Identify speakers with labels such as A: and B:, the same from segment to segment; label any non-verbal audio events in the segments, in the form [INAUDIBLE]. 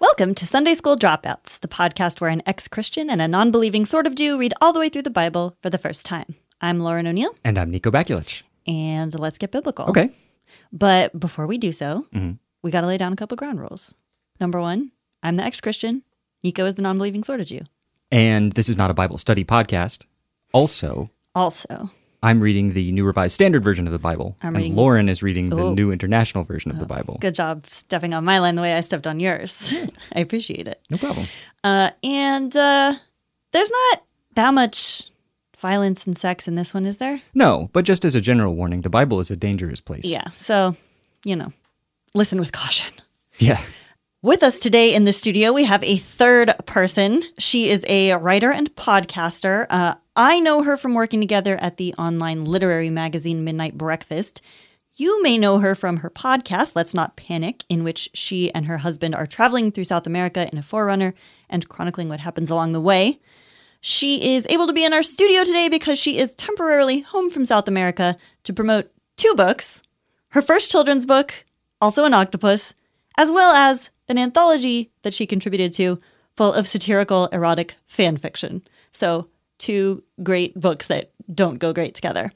A: Welcome to Sunday School Dropouts, the podcast where an ex Christian and a non believing sort of Jew read all the way through the Bible for the first time. I'm Lauren O'Neill,
B: And I'm Nico Bakulich.
A: and let's get biblical.
B: Okay.
A: But before we do so, we got to lay down a couple ground rules. Number one, I'm the ex Christian, Nico is the non believing sort of Jew.
B: And this is not a Bible study podcast. Also,
A: Also,
B: I'm reading the New Revised Standard Version of the Bible.
A: I'm
B: and
A: reading-
B: Lauren is reading the
A: Oh.
B: New International Version of the Bible.
A: good job stepping on my line the way I stepped on yours. [LAUGHS] I appreciate it.
B: No problem.
A: Uh, and uh, there's not that much violence and sex in this one, is there?
B: No, but just as a general warning, the Bible is a dangerous place.
A: Yeah. So, you know, listen with caution.
B: [LAUGHS] Yeah.
A: With us today in the studio, we have a third person. She is a writer and podcaster. Uh, I know her from working together at the online literary magazine Midnight Breakfast. You may know her from her podcast, Let's Not Panic, in which she and her husband are traveling through South America in a forerunner and chronicling what happens along the way. She is able to be in our studio today because she is temporarily home from South America to promote two books her first children's book, also an octopus, as well as an anthology that she contributed to full of satirical erotic fan fiction. So, two great books that don't go great together.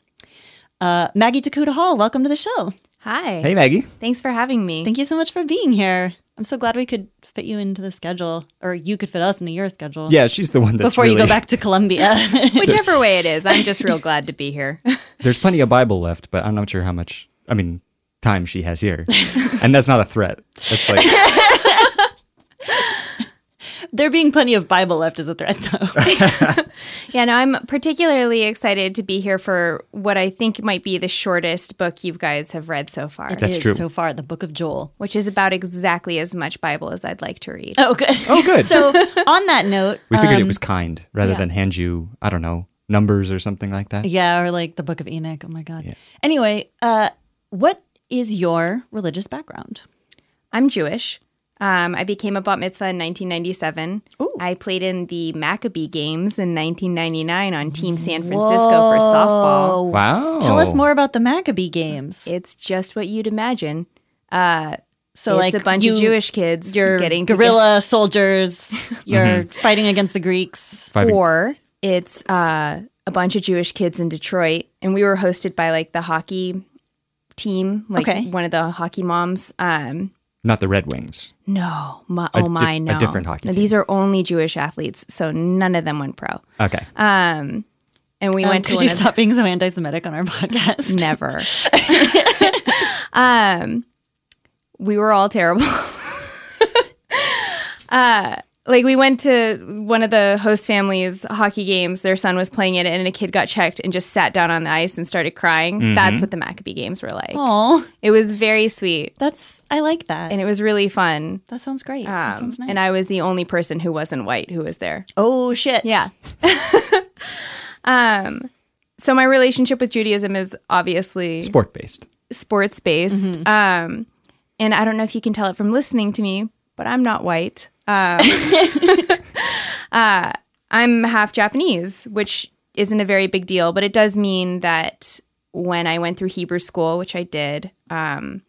A: Uh, Maggie Takuta Hall, welcome to the show.
C: Hi.
B: Hey, Maggie.
C: Thanks for having me.
A: Thank you so much for being here. I'm so glad we could fit you into the schedule, or you could fit us into your schedule
B: Yeah, she's the one that's
A: before you
B: really-
A: go back to Colombia.
C: Whichever way it is, I'm just real glad to be here.
B: There's plenty of Bible left, but I'm not sure how much, I mean, time she
A: [LAUGHS]
B: has here. and that's not a threat. That's like,
A: [LAUGHS] there being plenty of Bible left is a threat, though.
C: yeah, no, I'm particularly excited to be here for what I think might be the shortest book you guys have read so far,
B: [LAUGHS] That's
A: It is
B: true.
A: So far, the Book of Joel.
C: which is about exactly as much Bible as I'd like to read.
A: Oh, good.
B: Oh, good.
A: [LAUGHS] So, on that note,
B: we
A: uh,
B: figured it was kind rather
A: yeah.
B: than hand you, I don't know, numbers or something like that.
A: yeah, or like the Book of Enoch. Oh my God. Anyway, uh, what is your religious background?
C: I'm Jewish. Um, I became a bat mitzvah in 1997. I played in the Maccabee Games in 1999 on Team San Francisco for softball.
A: Whoa.
B: Wow.
A: Tell us more about the Maccabee games.
C: It's just what you'd imagine.
A: So,
C: it's
A: like
C: a bunch
A: you,
C: of Jewish kids
A: you're
C: getting together.
A: guerrilla
B: [LAUGHS]
A: soldiers. You're
B: Mm-hmm.
A: fighting against the Greeks.
B: Fighting-
C: or it's uh, a bunch of Jewish kids in Detroit, and we were hosted by like the hockey team, like
A: Okay.
C: one of the hockey moms. Um,
B: Not the Red Wings.
C: no, my,
B: A
C: oh my,
B: di- a
C: no,
B: different hockey
C: No,
B: team.
C: These are only Jewish athletes, so none of them went pro.
B: Okay.
C: Um, and we
A: Um,
C: went to
A: could
C: one
A: you
C: of-
A: stop being so anti-Semitic on our [LAUGHS] podcast?
C: never. um, we were all terrible. [LAUGHS] uh, like we went to one of the host families' hockey games. Their son was playing it, and a kid got checked and just sat down on the ice and started crying. That's what the Maccabee games were like.
A: Oh,
C: It was very sweet,
A: that's I like that.
C: and it was really fun.
A: that sounds great. that
C: Um,
A: sounds nice.
C: And I was the only person who wasn't white who was there.
A: oh shit.
C: Yeah. um, so my relationship with Judaism is obviously
B: Sport based.
C: sports based. Um, and I don't know if you can tell it from listening to me, but I'm not white. Um, uh, I'm half Japanese, which isn't a very big deal, but it does mean that when I went through Hebrew school, which I did, um,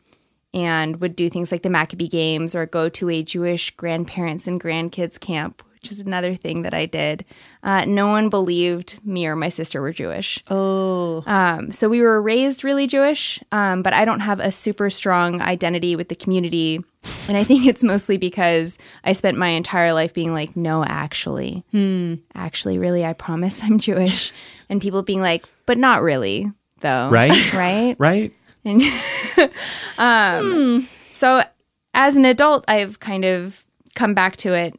C: and would do things like the Maccabee Games or go to a Jewish grandparents and grandkids camp, which is another thing that I did. Uh, no one believed me or my sister were Jewish.
A: Oh.
C: Um, so we were raised really Jewish, um, but I don't have a super strong identity with the community. And I think it's mostly because I spent my entire life being like, no, actually, actually, really, I promise I'm Jewish. And people being like, but not really, though.
B: Right?
C: Right.
B: Right?
C: And [LAUGHS] um, so as an adult, I've kind of come back to it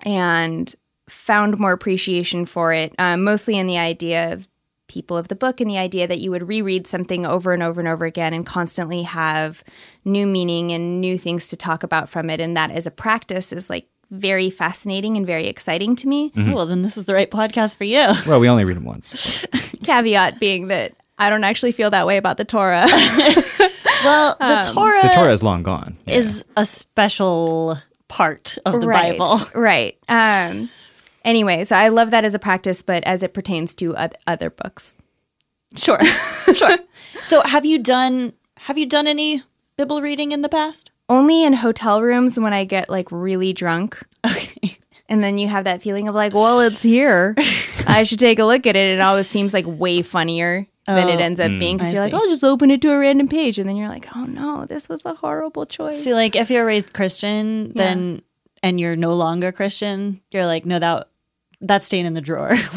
C: and found more appreciation for it, um, mostly in the idea of people of the book and the idea that you would reread something over and over and over again and constantly have new meaning and new things to talk about from it. And that as a practice is like very fascinating and very exciting to me.
B: Mm-hmm.
A: Oh, Well, then this is the right podcast for
C: [LAUGHS]
A: you.
B: Well, we only read them once.
C: Caveat being that I don't actually feel that way about the Torah. [LAUGHS]
A: Well, the
C: Um,
A: Torah,
B: The Torah is long gone. Yeah.
A: is a special part of the
C: right,
A: Bible. [LAUGHS]
C: Right. Um, anyway, so I love that as a practice, but as it pertains to oth- other books.
A: [LAUGHS] Sure, sure. So, have you done have you done any Bible reading in the past?
C: only in hotel rooms when I get like really drunk.
A: Okay.
C: And then you have that feeling of like, well,
A: [LAUGHS]
C: it's here. I should take a look at it. It always seems like way funnier than it ends up being because
A: Oh. Mm. I
C: you're like,
A: see.
C: I'll just open it to a random page. And then you're like, oh no, this was a horrible choice.
A: [LAUGHS] [LAUGHS] See, like if you're raised Christian, then and you're no longer Christian, you're like, no, that that's staying in the drawer. [LAUGHS]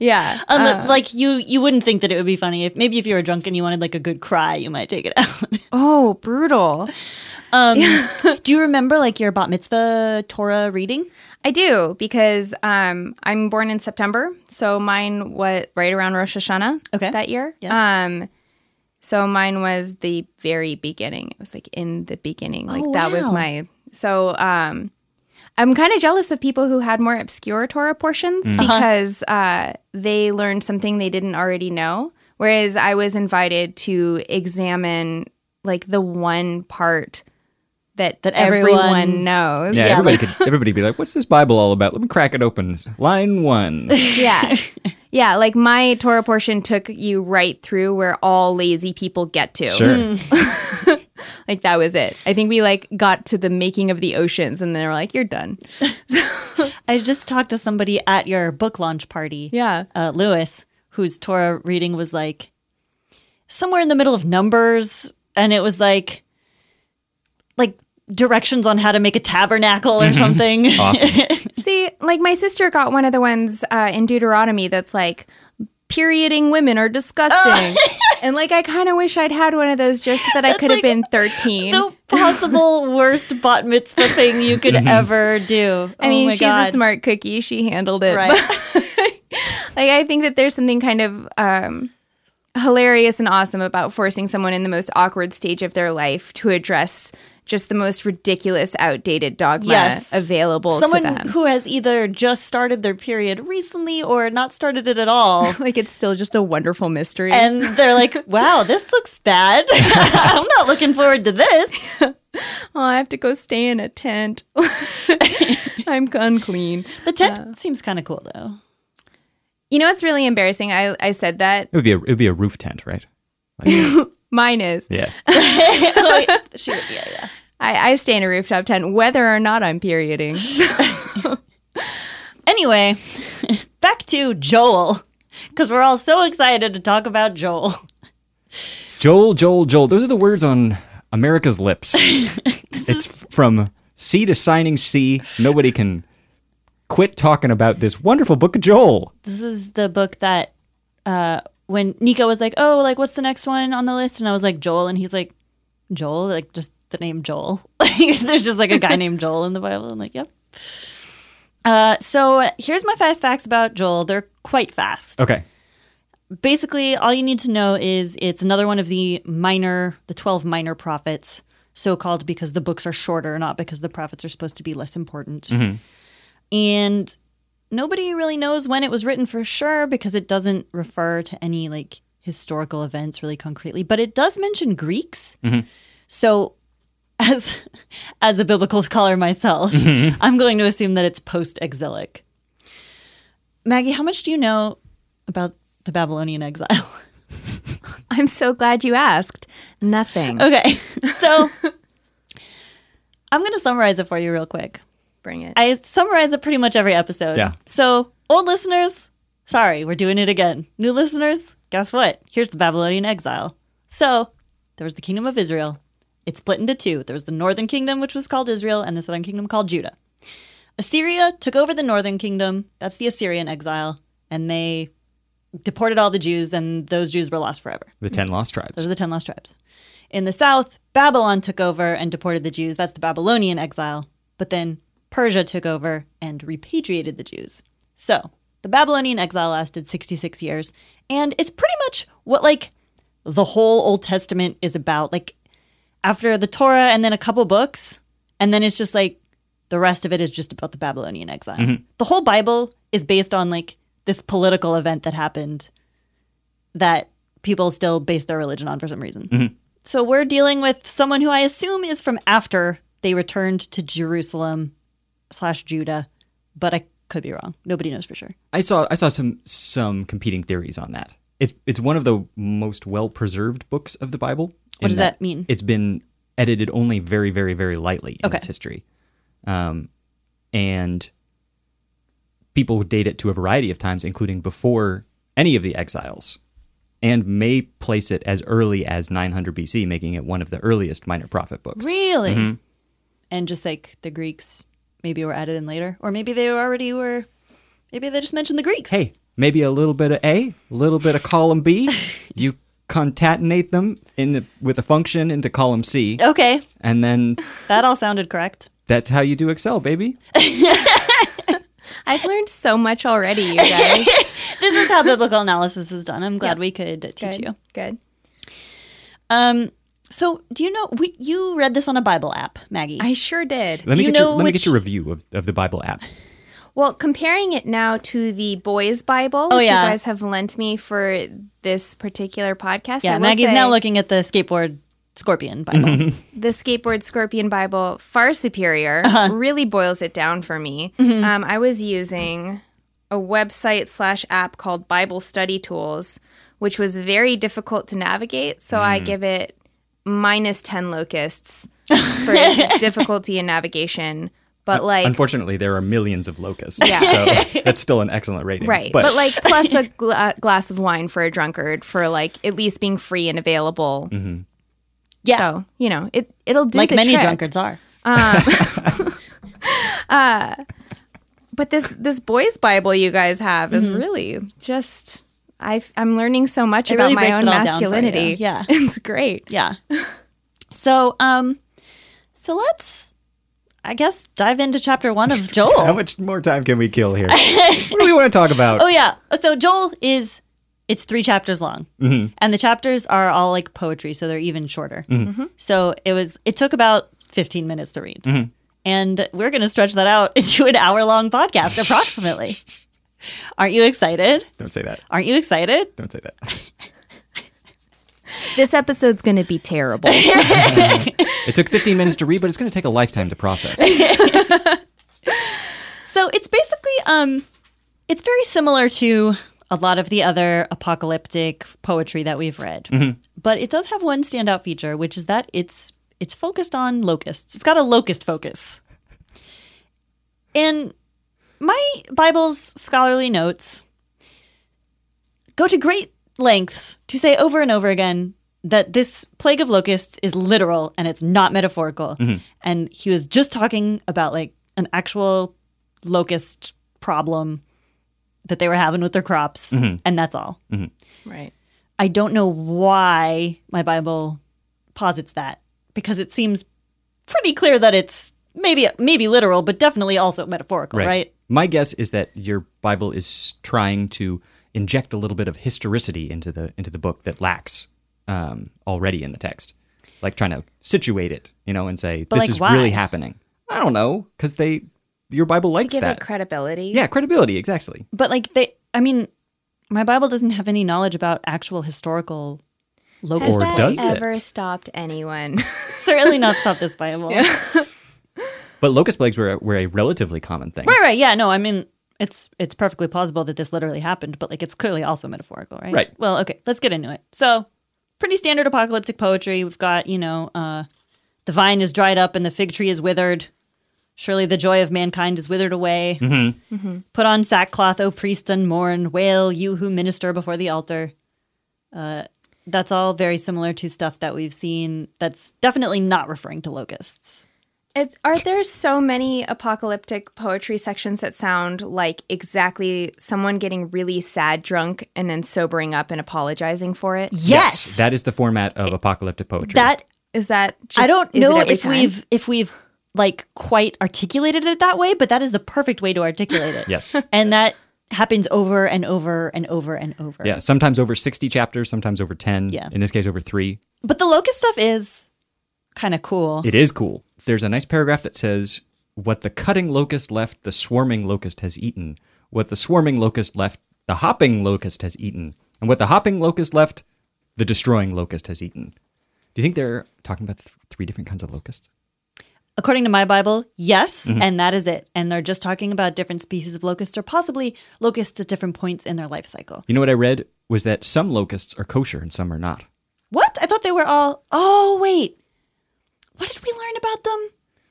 C: Yeah.
A: Unless, like you, you wouldn't think that it would be funny if maybe if you were drunk and you wanted like a good cry, you might take it out. [LAUGHS]
C: oh, brutal.
A: Um, [LAUGHS] do you remember like your bat mitzvah Torah reading?
C: I do because um, I'm born in September, so mine was right around Rosh Hashanah
A: Okay.
C: that year.
A: Yes.
C: Um, so mine was the very beginning. It was like in the beginning, like
A: Oh,
C: that was
A: wow.
C: my. So um, I'm kind of jealous of people who had more obscure Torah portions
A: Mm. Uh-huh.
C: because uh, they learned something they didn't already know. Whereas I was invited to examine like the one part that,
A: That
C: everyone,
A: everyone-
C: knows.
B: Yeah,
A: Yeah,
B: everybody could everybody be like, "What's this Bible all about?" Let me crack it open. Line one.
C: [LAUGHS] Yeah. Yeah, like my Torah portion took you right through where all lazy people get to.
B: Sure.
C: Like that was it. I think we like got to the making of the oceans and they were like, You're done.
A: I just talked to somebody at your book launch party.
C: Yeah.
A: uh, Lewis, whose Torah reading was like somewhere in the middle of Numbers, and it was like like directions on how to make a tabernacle or something.
B: Awesome.
C: See, like my sister got one of the ones uh, in Deuteronomy that's like perioding women are disgusting. [LAUGHS] and like I kinda wish I'd had one of those just so that I could have
A: like
C: been
A: [LAUGHS]
C: thirteen.
A: the possible worst bat mitzvah thing you could ever do.
C: I
A: oh
C: mean,
A: my
C: she's
A: God.
C: a smart cookie. She handled it.
A: Right.
C: [LAUGHS] like I think that there's something kind of um, hilarious and awesome about forcing someone in the most awkward stage of their life to address just the most ridiculous, outdated dogma
A: Yes.
C: available
A: Someone
C: to them.
A: who has either just started their period recently or not started it at
C: [LAUGHS]
A: all.
C: like it's still just a wonderful mystery.
A: And they're like, wow, this looks bad. [LAUGHS] I'm not looking forward to this.
C: oh, I have to go stay in a tent. [LAUGHS] I'm unclean.
A: The tent seems kind of cool,
C: [LAUGHS]
A: though. [LAUGHS]
C: You know what's really embarrassing? I, I said that.
B: It would be a it would be a roof tent, right?
C: Mine is.
B: Yeah.
A: Like, she, yeah, yeah.
C: I, I stay in a rooftop tent whether or not I'm [LAUGHS] perioding.
A: Anyway, back to Joel, because we're all so excited to talk about Joel.
B: Joel, Joel, Joel. Those are the words on America's lips. it's from sea to signing sea. Nobody can quit talking about this wonderful book of Joel.
A: This is the book that uh, when Nico was like, "Oh, like what's the next one on the list?" and I was like, "Joel," and he's like, "Joel," like just the name Joel. [LAUGHS] Like, There's just like a guy named Joel in the Bible. I'm like, "Yep." Uh, so here's my fast facts about Joel. They're quite fast.
B: Okay.
A: basically all you need to know is it's another one of the minor the 12 minor prophets so called because the books are shorter not because the prophets are supposed to be less important and nobody really knows when it was written for sure because it doesn't refer to any like historical events really concretely but it does mention greeks so as [LAUGHS] as a biblical scholar myself [LAUGHS] i'm going to assume that it's post-exilic maggie how much do you know about the babylonian exile
C: I'm so glad you asked. Nothing.
A: Okay. So I'm going to summarize it for you real quick.
C: Bring it.
A: I summarize it pretty much every episode.
B: Yeah.
A: So, old listeners, sorry, we're doing it again. New listeners, guess what? Here's the Babylonian exile. So, there was the kingdom of Israel. It split into two. There was the northern kingdom, which was called Israel, and the southern kingdom called Judah. Assyria took over the northern kingdom. That's the Assyrian exile. And they deported all the Jews, and those Jews were lost forever.
B: The Ten Lost Tribes.
A: Those are the 10 lost tribes. In the south, Babylon took over and deported the Jews. That's the Babylonian exile. But then Persia took over and repatriated the Jews. So the Babylonian exile lasted 66 years. And it's pretty much what, like, the whole Old Testament is about. Like, after the Torah and then a couple books, and then it's just like the rest of it is just about the Babylonian exile. The whole Bible is based on like this political event that happened that people still base their religion on for some reason. So we're dealing with someone who I assume is from after they returned to Jerusalem slash Judah, but I could be wrong. Nobody knows for sure.
B: I saw I saw some some competing theories on that. It's it's one of the most well preserved books of the Bible.
A: What
B: in
A: does that mean?
B: It's been edited only very, very, very lightly in
A: Okay.
B: its history. Um, and people date it to a variety of times, including before any of the exiles, and may place it as early as 900 BC, making it one of the earliest minor prophet books.
A: Really? And just like the Greeks maybe were added in later, or maybe they already were. Maybe they just mentioned the Greeks.
B: Hey, maybe a little bit of A, a little bit of column
A: [LAUGHS]
B: B. you concatenate them in the, with a function into column C,
A: Okay,
B: and then
A: that all sounded correct.
B: that's how you do Excel, baby.
C: I've learned so much already, [LAUGHS] you guys.
A: This is how biblical analysis is done. I'm glad we could teach
C: Good.
A: you.
C: Good.
A: Um, so do you know we, you read this on a Bible app, Maggie?
C: I sure did.
B: Let
A: Do
B: me
A: you
B: get your,
A: know
B: let me
A: which-
B: get your review of, of the Bible app.
C: Well, comparing it now to the boys' Bible, which
A: yeah.
C: you guys have lent me for this particular podcast. I
A: yeah,
C: will
A: Maggie's
C: say
A: now looking at the skateboard scorpion
C: [LAUGHS]
A: Bible.
C: The skateboard scorpion Bible far superior. Really boils it down for me. Um, I was using a website slash app called Bible Study Tools, which was very difficult to navigate. So I give it minus ten locusts for its difficulty in navigation. But like
B: Unfortunately, there are millions of locusts,
C: Yeah.
A: [LAUGHS]
B: so that's still an excellent rating.
C: Right. But, like plus a gla- glass of wine for a drunkard for like at least being free and available.
A: yeah,
C: So, you know, it it'll do
A: like
C: the
A: many
C: trick.
A: drunkards are.
C: But this this boys Bible you guys have is really just I I'm learning so much
A: Mm-hmm. It
C: about
A: really
C: my
A: breaks
C: own
A: it all down for you.
C: masculinity.
A: Yeah.
C: [LAUGHS] It's great.
A: Yeah. So, um, so let's, I guess, dive into chapter one of
C: [LAUGHS]
B: How
A: Joel.
B: much more time can we
A: [LAUGHS]
B: kill here? what do we want to talk about?
A: oh yeah. So Joel is, it's three chapters long,
C: Mm-hmm.
A: and the chapters are all like poetry, so they're even shorter.
C: Mm-hmm.
A: So it was, it took about fifteen minutes to read,
C: Mm-hmm.
A: and we're going to stretch that out [LAUGHS] into an hour-long
C: [LAUGHS]
A: podcast, approximately. Aren't you excited?
B: Don't say that.
A: Aren't you excited?
B: Don't say that.
C: This episode's going to be
A: [LAUGHS]
C: terrible.
B: It took 15 minutes to read, but it's going to take a lifetime to process.
A: So it's basically um it's very similar to a lot of the other apocalyptic poetry that we've read. But it does have one standout feature, which is that it's it's focused on locusts. It's got a locust focus. And my Bible's scholarly notes go to great lengths to say over and over again that this plague of locusts is literal and it's not metaphorical. And he was just talking about like an actual locust problem that they were having with their crops, and that's all.
C: right.
A: I don't know why my Bible posits that because it seems pretty clear that it's maybe maybe literal, but definitely also metaphorical, right?
B: My guess is that your Bible is trying to inject a little bit of historicity into the into the book that lacks um, already in the text, like trying to situate it, you know, and say this
A: like,
B: is
A: why?
B: really happening. I don't know because they your Bible likes
C: Give
B: that.
C: it credibility.
B: yeah, credibility exactly.
A: But like they, I mean, my Bible doesn't have any knowledge about actual historical
C: Has
A: locust.
B: Or
C: that
B: does it?
C: ever stopped anyone?
A: [LAUGHS]
C: [LAUGHS]
A: Certainly not stop this Bible.
B: But locust plagues were a, were a relatively common thing.
A: Right, right, yeah, no, I mean. It's it's perfectly plausible that this literally happened, but like it's clearly also metaphorical, right?
B: Right.
A: Well, okay, let's get into it. So, pretty standard apocalyptic poetry. We've got you know, uh, the vine is dried up and the fig tree is withered. Surely the joy of mankind is withered away.
B: Mm-hmm.
A: Put on sackcloth, O priest, and mourn. Wail, you who minister before the altar. Uh, that's all very similar to stuff that we've seen. That's definitely not referring to locusts.
C: It's are there so many apocalyptic poetry sections that sound like exactly someone getting really sad drunk and then sobering up and apologizing for it?
B: that is the format of apocalyptic poetry.
A: that
C: Is that just,
A: I don't
C: is it
A: know
C: every
A: if
C: time?
A: we've if we've like quite articulated it that way, but that is the perfect way to articulate it.
B: yes.
A: And that happens over and over and over and over.
B: Yeah, sometimes over 60 chapters, sometimes over 10.
A: Yeah.
B: In this case, over three.
A: But the locust stuff is kind of cool.
B: It is cool. There's a nice paragraph that says, What the cutting locust left, the swarming locust has eaten. What the swarming locust left, the hopping locust has eaten. And what the hopping locust left, the destroying locust has eaten. Do you think they're talking about th- three different kinds of locusts?
A: According to my Bible, yes,
C: Mm-hmm.
A: and that is it. And they're just talking about different species of locusts or possibly locusts at different points in their life cycle.
B: You know what I read was that some locusts are kosher and some are not.
A: What? I thought they were all Oh wait. learn about them?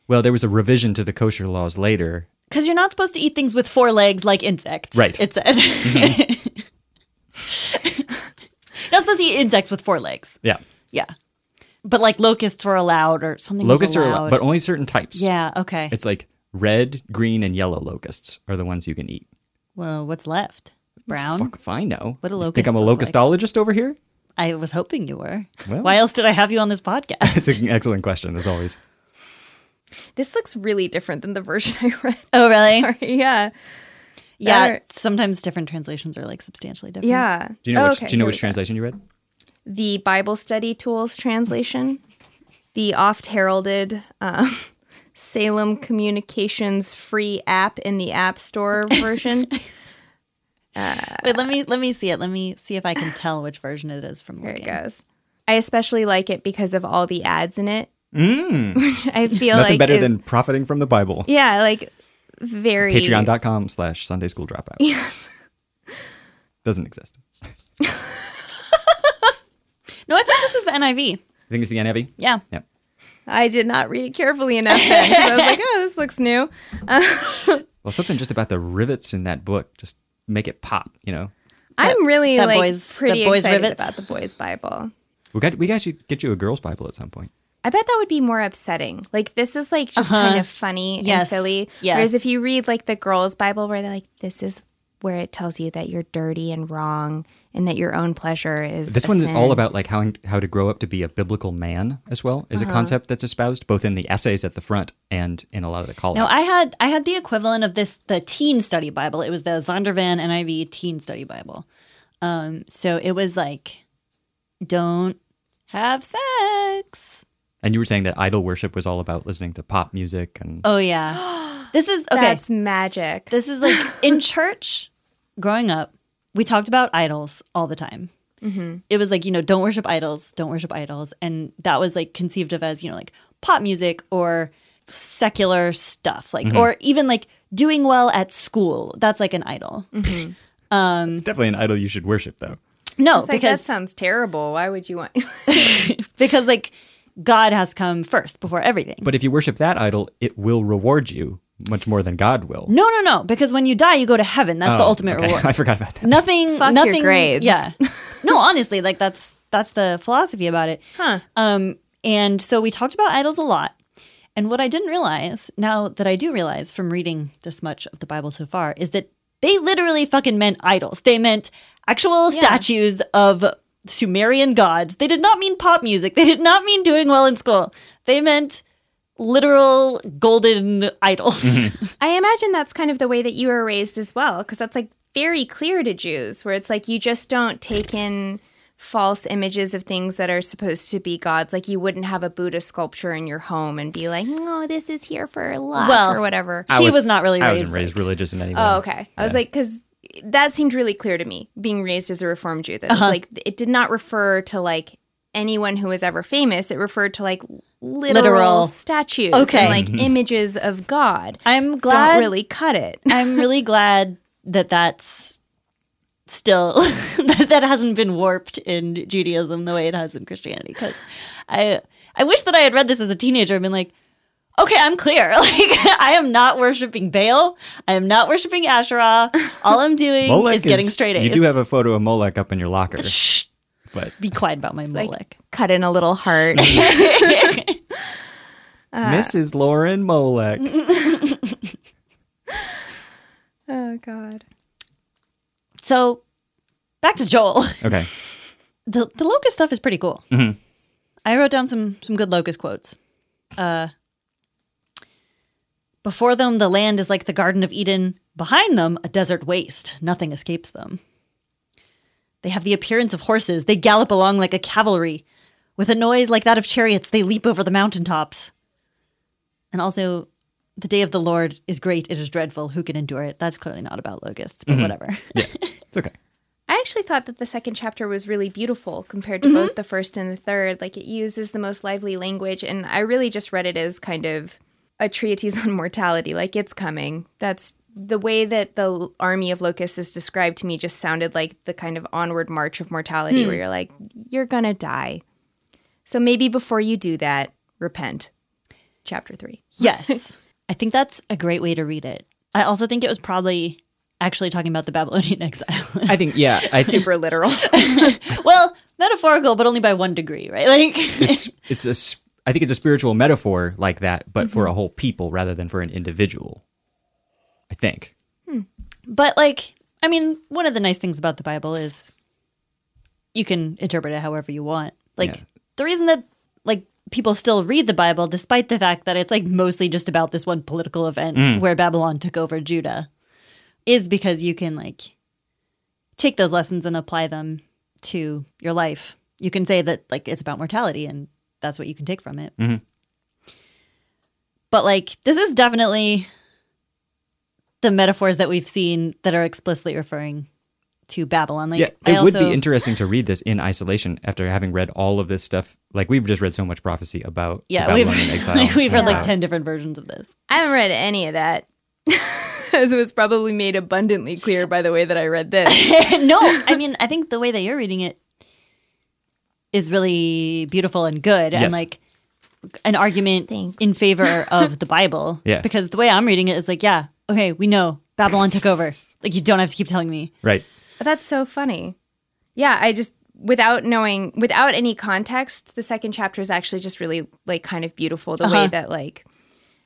B: Well, there was a revision to the kosher laws later.
A: Because you're not supposed to eat things with four legs like insects.
B: Right.
A: It said. [LAUGHS] you're not supposed to eat insects with four legs.
B: Yeah.
A: Yeah. But like locusts were allowed or something. was
B: Locusts are allowed, but only certain types.
A: yeah. Okay.
B: It's like red, green, and yellow locusts are the ones you can eat.
A: well, what's left? Brown.
B: Fuck if I know.
A: What do
B: You Think I'm a
A: locusts look
B: locustologist over here?
A: I was hoping you were.
B: Well-
A: Why else did I have you on this podcast?
B: [LAUGHS] It's an excellent question, as always.
C: This looks really different than the version [LAUGHS] I read.
A: oh, really?
C: yeah.
A: Yeah.
C: Better-
A: Sometimes different translations are like substantially different.
C: Yeah.
B: Do you know
C: Oh,
B: which,
C: okay,
B: do you know
C: here
B: which
C: we go.
B: translation you read?
C: The Bible Study Tools translation, the oft heralded um, [LAUGHS] Salem Communications free app in the App Store version.
A: Wait, let me let me see it. Let me see if I can tell which version it is from
C: Here
A: looking.
C: it goes. I especially like it because of all the ads in it. [LAUGHS] Mm. I feel
B: Nothing
C: like
B: better
C: is-
B: than profiting from the Bible.
C: yeah, like very
B: Patreon.com slash Sunday School Dropout.
C: Yes.
B: [LAUGHS] Doesn't exist.
A: No, I think this is the NIV.
B: I think it's the NIV.
A: Yeah.
B: Yep.
C: I did not read it carefully enough then 'cause I was like, oh, this looks new.
B: Well, something just about the rivets in that book just make it pop. You know,
C: I'm really
A: that
C: like
A: boy's- that
C: pretty
A: boy's
C: excited
A: rivets.
C: about the boys' Bible.
B: we got we got you get you a girls' Bible at some point.
C: I bet that would be more upsetting. Like this is like just kind of funny and
A: Uh-huh. Yes.
C: silly.
A: Yes.
C: Whereas if you read like the girls' Bible, where they're like, this is where it tells you that you're dirty and wrong, and that your own pleasure is.
B: This
C: a
B: one is all
C: sin.
B: about like how how to grow up to be a biblical man as well
C: Uh-huh.
B: is a concept that's espoused both in the essays at the front and in a lot of the columns.
A: No, I had I had the equivalent of this the teen study Bible. It was the Zondervan NIV teen study Bible. Um, so it was like, don't have sex.
B: and you were saying that idol worship was all about listening to pop music and
A: Oh yeah, this is okay.
C: That's magic.
A: This is like
C: [LAUGHS]
A: in church growing up, we talked about idols all the time.
C: Mm-hmm.
A: It was like, you know, don't worship idols, don't worship idols. And that was like conceived of as, you know, like pop music or secular stuff, like,
B: Mm-hmm.
A: or even like doing well at school. That's like an idol.
C: Um,
B: it's definitely an idol you should worship though.
A: No,
C: It's like,
A: because,
C: that sounds terrible. Why would you want? [LAUGHS]
A: because like God has come first before everything.
B: But if you worship that idol, it will reward you much more than God will.
A: no, no, no. Because when you die, you go to heaven. That's the
B: Oh,
A: ultimate
B: okay.
A: reward.
B: [LAUGHS] I forgot about that.
A: nothing
C: Fuck your
A: nothing
C: grades. [LAUGHS]
A: yeah no honestly like that's that's the philosophy about it
C: Huh.
A: um and so we talked about idols a lot and what i didn't realize now that i do realize from reading this much of the bible so far is that they literally fucking meant idols they meant actual statues of sumerian gods they did not mean pop music they did not mean doing well in school they meant literal golden idols
C: I imagine that's kind of the way that you were raised as well, because that's like very clear to Jews, where it's like you just don't take in false images of things that are supposed to be gods. Like you wouldn't have a Buddha sculpture in your home and be like, "No, this is here for luck
A: Well,
C: or whatever."
A: he was, not really
B: I
A: raised
B: wasn't raised religious in any way.
C: Oh, okay. I was like, because that seemed really clear to me, being raised as a Reformed Jew. That
A: Uh-huh.
C: like it did not refer to like anyone who was ever famous. It referred to like literal,
A: Literal.
C: statues,
A: Okay.
C: and, like images of God.
A: i'm glad
C: Don't really cut it.
A: I'm really glad that that's still [LAUGHS] that, that hasn't been warped in Judaism the way it has in Christianity because I I wish that I had read this as a teenager and been like okay I'm clear [LAUGHS] like I am not worshiping Baal I am not worshiping Asherah all I'm doing
B: [LAUGHS] Molech
A: is getting straight A's
B: You do have a photo of Molech up in your locker,
A: Shh,
B: but
A: be quiet about my Molech
C: cut in a little [LAUGHS] heart.
A: uh,
B: Mrs. Lauren Molech.
C: oh God.
A: so back to Joel [LAUGHS]
B: Okay.
A: the the locust stuff is pretty cool. I wrote down some some good locust quotes. Uh, before them, the land is like the Garden of Eden. Behind them, a desert waste. Nothing escapes them. They have the appearance of horses. They gallop along like a cavalry. With a noise like that of chariots, they leap over the mountaintops. And also, the day of the Lord is great. It is dreadful. Who can endure it? That's clearly not about locusts, but whatever. [LAUGHS]
B: It's okay.
C: I actually thought that the second chapter was really beautiful compared to both the first and the third. Like it uses the most lively language, and I really just read it as kind of a treatise on mortality. Like it's coming. That's the way that the l- army of locusts is described to me. Just sounded like the kind of onward march of mortality, where you're like, you're gonna die. So maybe before you do that, repent. chapter three.
A: Yes. [LAUGHS] I think that's a great way to read it. I also think it was probably actually talking about the Babylonian [LAUGHS] exile.
B: I think yeah, I
A: [LAUGHS]
B: think
C: Super [LAUGHS] literal.
A: well, metaphorical, but only by one degree, right? Like, [LAUGHS]
B: it's it's a s- I think it's a spiritual metaphor like that, but
A: Mm-hmm.
B: for a whole people rather than for an individual. I think.
A: but like, I mean, one of the nice things about the Bible is you can interpret it however you want. Like,
B: Yeah.
A: the reason that like people still read the Bible, despite the fact that it's like mostly just about this one political event
B: Mm.
A: where Babylon took over Judah, is because you can like take those lessons and apply them to your life. You can say that like it's about mortality and that's what you can take from it.
B: Mm-hmm.
A: But like this is definitely the metaphors that we've seen that are explicitly referring to Babylon. Like
B: Yeah,
A: I
B: it would
A: also
B: be interesting to read this in isolation after having read all of this stuff. Like we've just read so much prophecy about the
A: yeah, we've, [LAUGHS]
B: Babylonian exile.
A: like, we've read
B: and
A: like
B: about-
A: 10 different versions of
B: [LAUGHS]
A: this.
C: I haven't read any of that, [LAUGHS] as it was probably made abundantly clear by the way that I read this.
A: no, I mean, I think the way that you're reading it is really beautiful and good and
B: Yes.
A: like an argument
C: Thanks.
A: in favor
B: [LAUGHS]
A: of the Bible.
B: Yeah.
A: Because the way I'm reading it is like, yeah, okay, we know Babylon took
B: [LAUGHS]
A: over. Like, you don't have to keep telling me.
B: Right.
C: But [LAUGHS] that's so funny. Yeah, I just without knowing, without any context, the second chapter is actually just really like kind of beautiful. The way that like.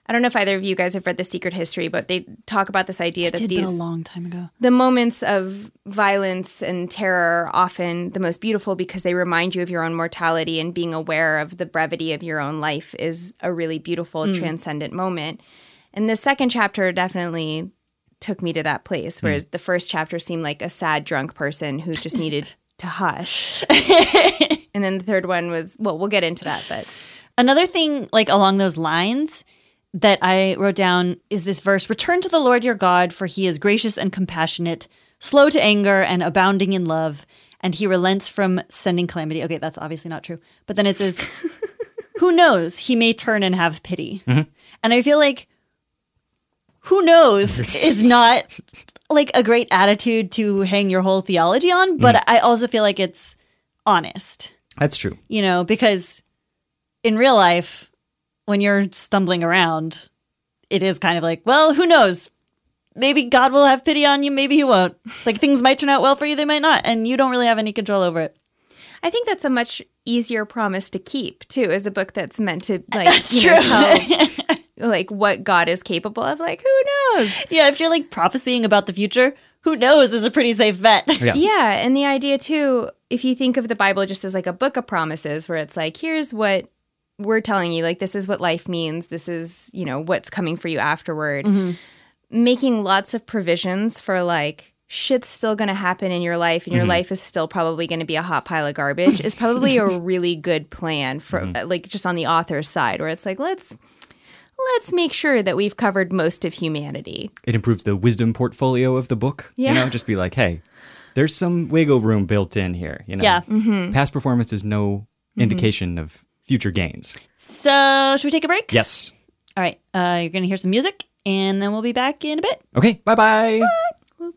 C: I don't know if either of you guys have read The Secret History, but they talk about this idea that
A: Did that
C: these
A: a long time ago.
C: the moments of violence and terror are often the most beautiful because they remind you of your own mortality and being aware of the brevity of your own life is a really beautiful transcendent moment and the second chapter definitely took me to that place whereas the first chapter seemed like a sad drunk person who just needed to hush and then the third one was well we'll get into that but
A: Another thing, like along those lines, that I wrote down is this verse Return to the Lord your God, for he is gracious and compassionate, slow to anger, and abounding in love, and he relents from sending calamity. Okay, that's obviously not true. But then it says, Who knows? He may turn and have pity. And I feel like who knows is not like a great attitude to hang your whole theology on, but I also feel like it's honest
B: That's true.
A: you know, because in real life, when you're stumbling around, it is kind of like, well, who knows? Maybe God will have pity on you, maybe He won't. Like things might turn out well for you, they might not, and you don't really have any control over it.
C: I think that's a much easier promise to keep too, as a book that's meant to like you
A: true.
C: know, tell like what God is capable of. Like who knows?
A: Yeah, if you're like prophesying about the future, who knows is a pretty safe bet.
B: Yeah.
C: Yeah, and the idea too, if you think of the Bible just as like a book of promises, where it's like, here's what we're telling you, like this is what life means, this is you know what's coming for you afterward. Making lots of provisions for like shit's still going to happen in your life and your life is still probably going to be a hot pile of garbage is probably a really good plan for uh, like just on the author's side where it's like let's let's make sure that we've covered most of humanity
B: It improves the wisdom portfolio of the book.
C: Yeah.
B: You know, just be like, hey, there's some wiggle room built in here. You know,
A: Yeah.
C: Mm-hmm.
B: past performance is no indication of future gains.
A: [LAUGHS] So, should we take a break?
B: Yes.
A: All right. Uh, you're going to hear some music, and then we'll be back in a bit.
B: Okay. Bye bye.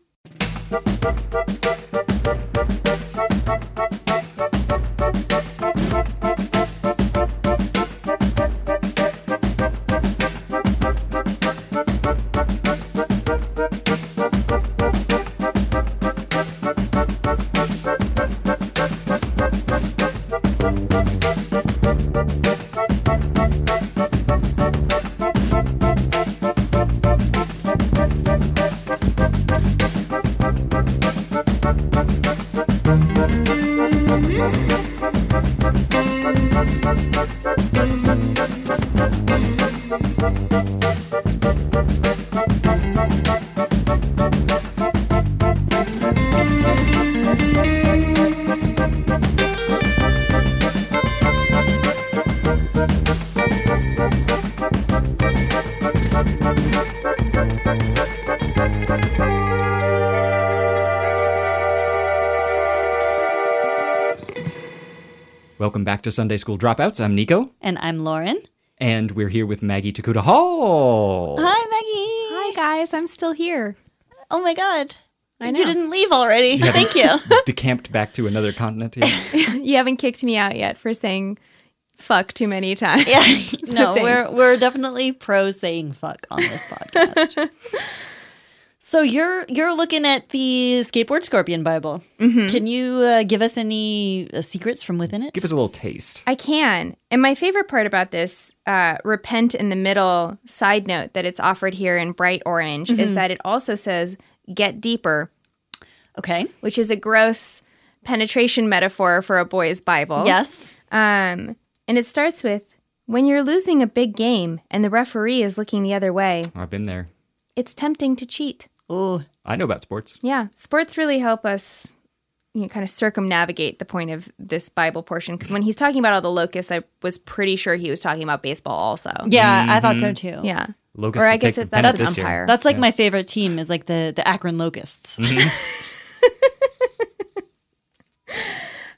B: Welcome back to Sunday School Dropouts. I'm Nico,
A: And I'm Lauren.
B: and we're here with Maggie Takuta Hall. [LAUGHS]
A: Hi, Maggie.
C: hi guys i'm still here
A: Oh my God.
C: I
A: You
C: know.
A: didn't leave already. Thank you.
C: [LAUGHS]
B: Decamped back to another continent. Yeah.
C: you haven't kicked me out yet for saying fuck too many times. [LAUGHS]
A: Yeah. [LAUGHS] no,
C: thanks.
A: we're we're definitely pro saying fuck on this
C: [LAUGHS]
A: podcast. so you're you're looking at the skateboard scorpion Bible.
C: Mm-hmm.
A: Can you uh, give us any uh, secrets from within it?
B: Give us a little taste.
C: I can. And my favorite part about this uh, repent in the middle side note that it's offered here in bright orange is
A: Mm-hmm.
C: that it also says get deeper,
A: Okay.
C: which is a gross penetration metaphor for a boy's Bible.
A: Yes.
C: Um, and it starts with when you're losing a big game and the referee is looking the other way,
B: I've been there.
C: it's tempting to cheat.
A: Oh,
B: I know about sports.
C: Yeah, sports really help us you know, kind of circumnavigate the point of this Bible portion because when he's talking about all the locusts, I was pretty sure he was talking about baseball also.
A: yeah, I thought so too.
C: Yeah.
B: Locusts
C: or I
B: will
C: guess
B: take the
C: it, that's
B: benefit Mm-hmm.
C: an
B: this year.
C: umpire.
A: That's like my favorite team is like the the Akron Locusts.
B: Mm-hmm.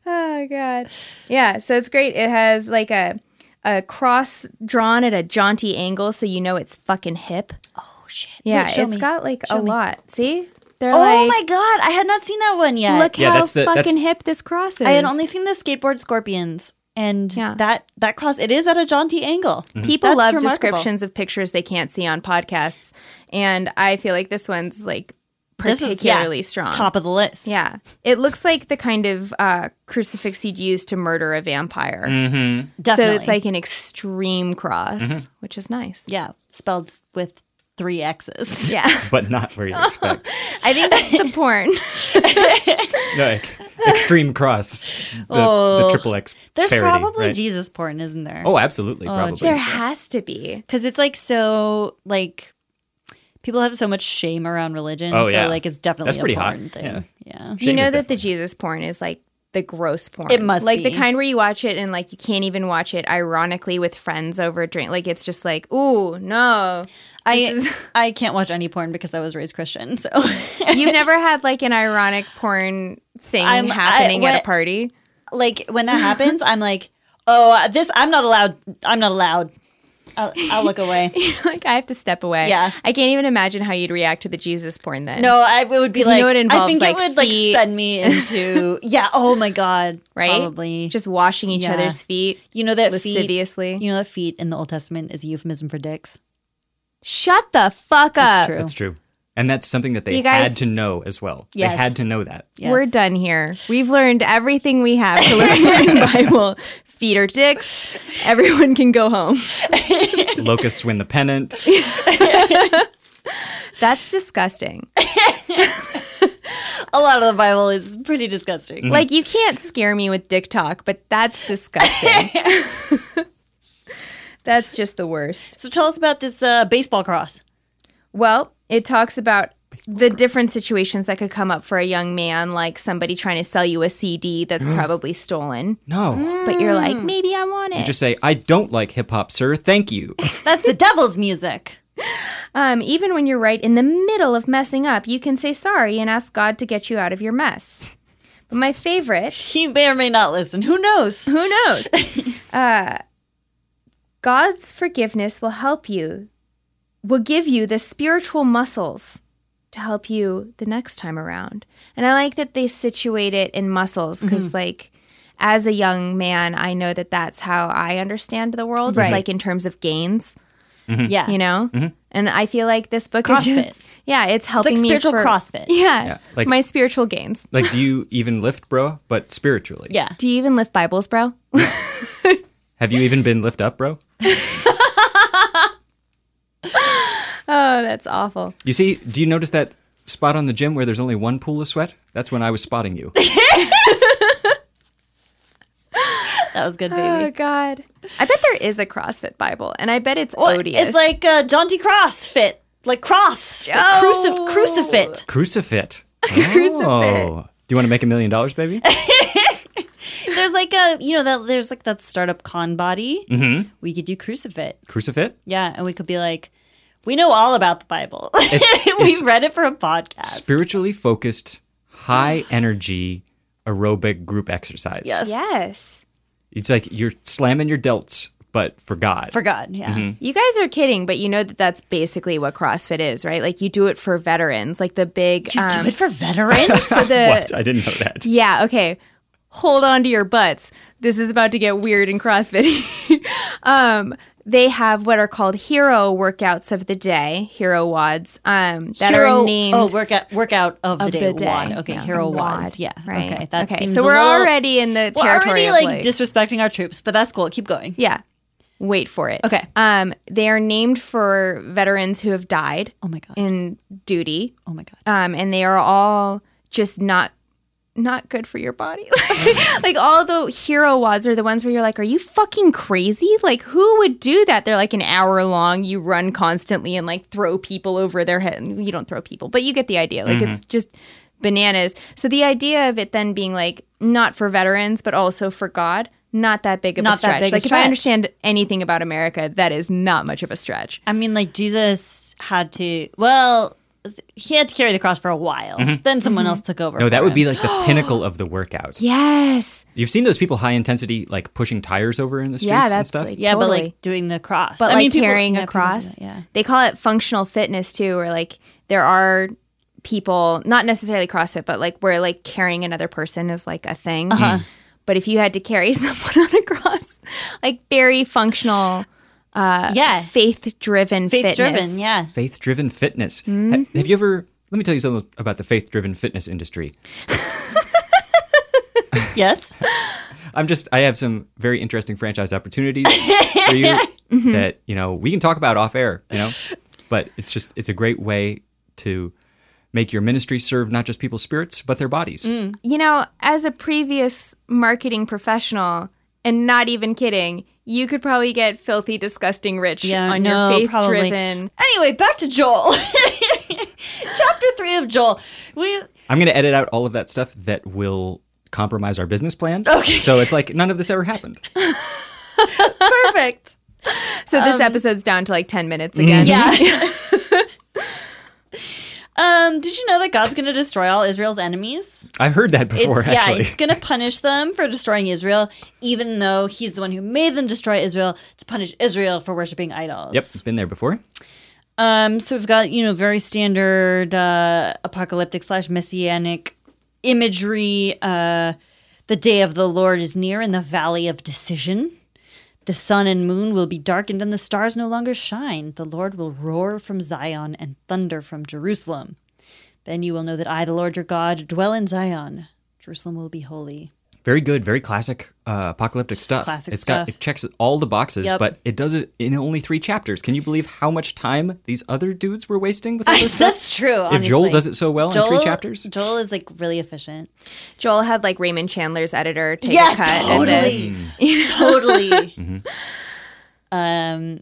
C: Oh god. Yeah, so it's great. It has like a a cross drawn at a jaunty angle so you know it's fucking hip.
A: [LAUGHS] oh shit!
C: Yeah,
A: Wait,
C: it's
A: show me.
C: got like a lot. See? They're
A: Oh
C: like
A: my god! I had not seen that one yet.
C: look
B: Yeah,
C: how
B: that's the-
C: fucking
B: that's-
C: hip this cross is.
A: I had only seen the skateboard scorpions, and
C: Yeah.
A: that that cross it is at a jaunty angle.
C: People
A: That's
C: love
A: remarkable.
C: descriptions of pictures they can't see on podcasts, and I feel like this one's like
A: This
C: particularly
A: is yeah,
C: strong.
A: top of the list.
C: Yeah, it looks like the kind of uh, crucifix you'd use to murder a vampire.
B: Mm. Mm-hmm.
A: definitely.
C: So it's like an extreme cross, which is nice.
A: yeah, spelled with three [LAUGHS] X's.
C: [LAUGHS] Yeah,
B: But not where you expect.
C: I think that's the porn.
B: no, like, extreme cross. The, the triple X.
A: There's
B: parody,
A: probably
B: right?
A: Jesus porn, isn't there?
B: Oh, absolutely. probably.
C: there has to be.
A: because it's like so like people have so much shame around religion.
B: Oh,
A: so
B: yeah.
A: like it's definitely
B: That's
A: a
B: pretty hot.
A: porn thing.
B: Yeah.
A: yeah.
C: you
B: Shame
C: know
B: is
C: that the Jesus porn is like the gross porn.
A: It must
C: like
A: be.
C: the kind where you watch it and like you can't even watch it ironically with friends over a drink. Like it's just like, ooh, no.
A: [LAUGHS] I I can't watch any porn because I was raised Christian. So [LAUGHS]
C: [LAUGHS] You've never had like an ironic porn thing
A: I'm- I-
C: happening at
A: what-
C: a [LAUGHS] party.
A: like when [LAUGHS] that happens, I'm like, oh, this I'm not allowed. I'm not allowed. I'll, I'll look away.
C: like I have to step away.
A: Yeah.
C: I can't even imagine how you'd react to the Jesus porn then.
A: No, I it would be
C: Because
A: like
C: you know it
A: I
C: involves,
A: think
C: like,
A: it would like
C: feet.
A: send
C: [LAUGHS]
A: me into yeah. Oh my god,
C: Right?
A: Probably.
C: Just washing each
A: Yeah.
C: other's feet
A: you know that feet.
C: lasciviously.
A: You know that feet in the Old Testament is a euphemism for dicks.
C: Shut the fuck
A: That's
C: up.
A: true.
B: That's true. And that's something that they
C: You guys-
B: had to know as well. They
A: Yes.
B: had to know that.
A: Yes.
C: We're done here. We've learned everything we have to learn [LAUGHS] from the Bible. Feet are dicks. Everyone can go home.
B: Locusts win the pennant.
C: That's disgusting.
A: a lot of the Bible is pretty disgusting.
C: Like you can't scare me with dick talk, but that's [LAUGHS] disgusting. that's just the worst.
A: So tell us about this uh, baseball cross.
C: Well, it talks about the different situations that could come up for a young man, like somebody trying to sell you a CD that's probably stolen,
B: No.
C: but you're like, maybe I want it.
B: Just say, I don't like hip hop, sir. Thank you.
A: That's the devil's music.
C: um, even when you're right in the middle of messing up, you can say sorry and ask God to get you out of your mess. But my favorite,
A: He may or may not listen. Who knows?
C: who knows? uh, God's forgiveness will help you, will give you the spiritual muscles to help you the next time around. And I like that they situate it in muscles because, like, as a young man, I know that that's how I understand the world, is
A: Right.
C: like in terms of gains,
A: Yeah.
C: you know? And I feel like this book is just,
A: CrossFit.
C: yeah, it's helping me
A: spiritual
C: for-
A: CrossFit.
C: [LAUGHS] Yeah,
B: Yeah, like-
C: my spiritual gains.
B: Like, do you even lift, bro? But spiritually.
A: yeah.
C: Do you even lift Bibles, bro?
B: Have you even been lift up, bro?
C: Oh, that's awful.
B: You see, do you notice that spot on the gym where there's only one pool of sweat? That's when I was spotting you.
A: That was good,
C: Oh
A: baby.
C: God! I bet there is a CrossFit Bible, and I bet it's
A: Well,
C: odious.
A: It's like uh, jaunty cross fit, like cross,
C: Oh.
A: crucif- crucifit.
B: Crucifit. Oh. Do you want to make a million dollars, baby?
A: There's like a you know that there's like that startup con body. Mm-hmm. We could do crucifit.
B: Crucifit?
A: Yeah, and we could be like, we know all about the Bible. [LAUGHS]
B: it's-
A: we read it for a podcast.
B: Spiritually focused, high energy aerobic group exercise.
A: Yes.
C: yes.
B: It's like you're slamming your delts, but for God. [LAUGHS]
A: for God, yeah.
B: Mm-hmm.
C: You guys are kidding, but you know that that's basically what CrossFit is, right? Like you do it for veterans, like the big.
A: You [LAUGHS]
C: um,
A: do it for veterans?
C: for the [LAUGHS]
B: what? I didn't know that.
C: yeah. Okay. hold on to your butts. This is about to get weird in CrossFit. [LAUGHS] um, they have what are called hero workouts of the day, hero wads, um, that
A: hero,
C: are named.
A: oh workout workout of, the
C: of
A: day,
C: the day.
A: wad. Okay,
C: Yeah.
A: hero
C: Wad,
A: wads. Yeah.
C: right.
A: Okay, that
C: Okay,
A: seems
C: so
A: a
C: we're
A: little-
C: already in the
A: we're already
C: territory of,
A: like,
C: like-
A: disrespecting our troops, but that's cool. Keep going.
C: yeah. Wait for it.
A: Okay.
C: Um, they are named for veterans who have died
A: Oh my god.
C: in duty.
A: Oh my god.
C: um, and they are all just not not good for your body. [LAUGHS] like all the hero wads are the ones where you're like, "Are you fucking crazy? Like who would do that?" They're like an hour long. You run constantly and like throw people over their head. You don't throw people, but you get the idea. Like it's just bananas. So the idea of it then being like not for veterans, but also for God. Not that big of a
A: Not that
C: stretch.
A: big a
C: like if
A: stretch.
C: I understand anything about America, that is not much of a stretch.
A: I mean, like Jesus had to. Well, he had to carry the cross for a while. Then someone else took over.
B: Mm-hmm. No, that
A: for
B: would be
A: him.
B: like the pinnacle of the workout.
C: Yes.
B: You've seen those people high intensity, like pushing tires over in the streets
C: Yeah,
B: and
C: that's
B: stuff.
C: like-
A: yeah, but
C: totally.
A: like doing the cross.
C: but
A: I
C: like
A: mean, people-
C: carrying
A: yeah,
C: a
A: people do
C: cross.
A: that, yeah.
C: They call it functional fitness too, where like there are people, not necessarily CrossFit, but like where like carrying another person is like a thing.
A: Uh-huh.
C: But if you had to carry [LAUGHS] someone on a cross, like very functional,
A: yeah.
C: faith driven
A: Faith
C: Uh, fitness.
A: driven.
B: [LAUGHS]
A: Yeah.
B: Faith driven fitness. Ha- have you ever? Let me tell you something about the faith driven fitness industry.
A: Yes.
B: I'm just I have some very interesting franchise
A: [LAUGHS]
B: opportunities for you
A: Mm-hmm.
B: that you know we can talk about off air, you know. But it's just it's a great way to make your ministry serve not just people's spirits but their bodies.
A: Mm.
C: You know, as a previous marketing professional, and not even kidding, you could probably get filthy, disgusting rich
A: Yeah,
C: on
A: no,
C: your faith
A: probably.
C: driven.
A: Anyway, back to Joel. [LAUGHS] Chapter three of Joel. We
B: I'm going to edit out all of that stuff that will compromise our business plan. Okay. So it's like none of this ever happened. [LAUGHS]
A: perfect.
C: So this episode's down to like 10 minutes again.
A: Um,
C: [LAUGHS]
A: Yeah. um, did you know that God's going to destroy all Israel's enemies?
B: I've heard that
A: It's,
B: before
A: yeah,
B: actually.
A: it's going to punish them for destroying Israel, even though He's the one who made them destroy Israel to punish Israel for worshiping idols.
B: [LAUGHS] Yep, been there before.
A: Um, so we've got you know very standard uh, apocalyptic slash messianic imagery. Uh, the day of the Lord is near in the valley of decision. The sun and moon will be darkened, and the stars no longer shine. The Lord will roar from Zion and thunder from Jerusalem. Then you will know that I, the Lord your God, dwell in Zion. Jerusalem will be holy.
B: Very good, very classic uh, apocalyptic stuff.
A: classic
B: it's got
A: stuff.
B: it checks all the boxes,
A: Yep.
B: but it does it in only three chapters. Can you believe how much time these other dudes
A: [LAUGHS]
B: were wasting with all this
A: [LAUGHS]
B: stuff?
A: That's true.
B: If Joel does it so well in three chapters,
A: Joel is like really efficient.
C: Joel had like Raymond Chandler's editor take
A: yeah,
C: a cut. at this.
A: totally, [LAUGHS]
C: [LAUGHS]
A: totally. Um,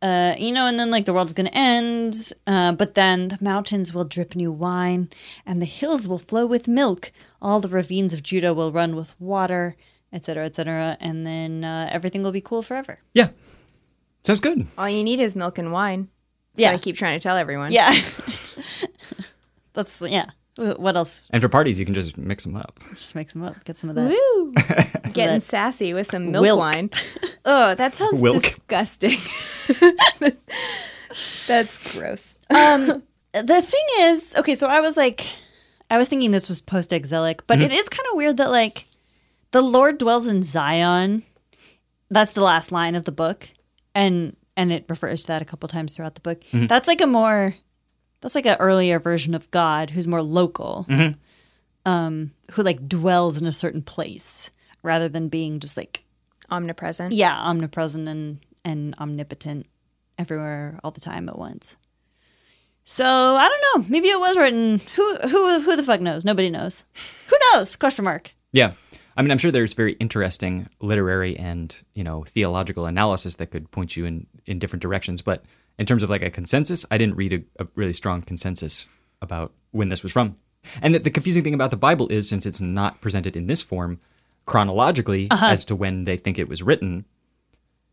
A: uh, you know, and then like the world's gonna end, uh, but then the mountains will drip new wine, and the hills will flow with milk. All the ravines of Judah will run with water, etc., cetera, etc., cetera, and then uh, everything will be cool forever.
B: yeah, sounds good.
C: All you need is milk and wine. So
A: Yeah.
C: I keep trying to tell everyone.
A: Yeah, [LAUGHS] that's yeah. Wh- What else?
B: And for parties, you can just mix them up.
A: Just make some up, get some of that.
C: Woo! Getting sassy with some milk
A: Wilk. [LAUGHS]
C: wine. Oh, that sounds
B: Wilk.
C: disgusting. [LAUGHS] That's
A: [LAUGHS]
C: gross.
A: the thing is, okay, so I was like, I was thinking this was post exilic, but it is kind of weird that, like, the Lord dwells in Zion. That's the last line of the book. And and it refers to that a couple times throughout the book. That's like a more, that's like an earlier version of God who's more local, um, who like dwells in a certain place rather than being just like,
C: Omnipresent.
A: yeah, omnipresent and, and omnipotent everywhere all the time at once. So I don't know. Maybe it was written. Who who who the fuck knows? Nobody knows. Who knows? Question mark.
B: Yeah, I mean, I'm sure there's very interesting literary and you know theological analysis that could point you in in different directions. But in terms of like a consensus, I didn't read a, a really strong consensus about when this was from. And that the confusing thing about the Bible is, since it's not presented in this form chronologically as to when they think it was written,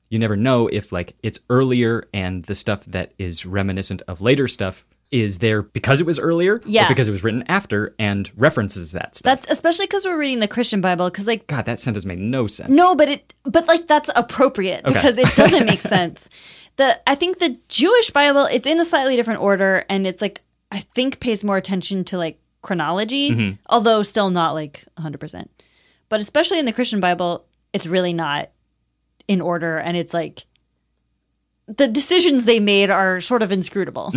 B: you never know if like it's earlier and the stuff that is reminiscent of later stuff is there because it was earlier
A: Yeah.
B: or because it was written after and references that stuff.
A: That's especially because we're reading the Christian Bible. Because like
B: God, that sentence made no sense.
A: no, but it but like that's appropriate because it doesn't make sense. The I think the Jewish Bible it's in a slightly different order and it's like I think pays more attention to like chronology, although still not like 100. percent But especially in the Christian Bible, it's really not in order. And it's like the decisions they made are sort of inscrutable.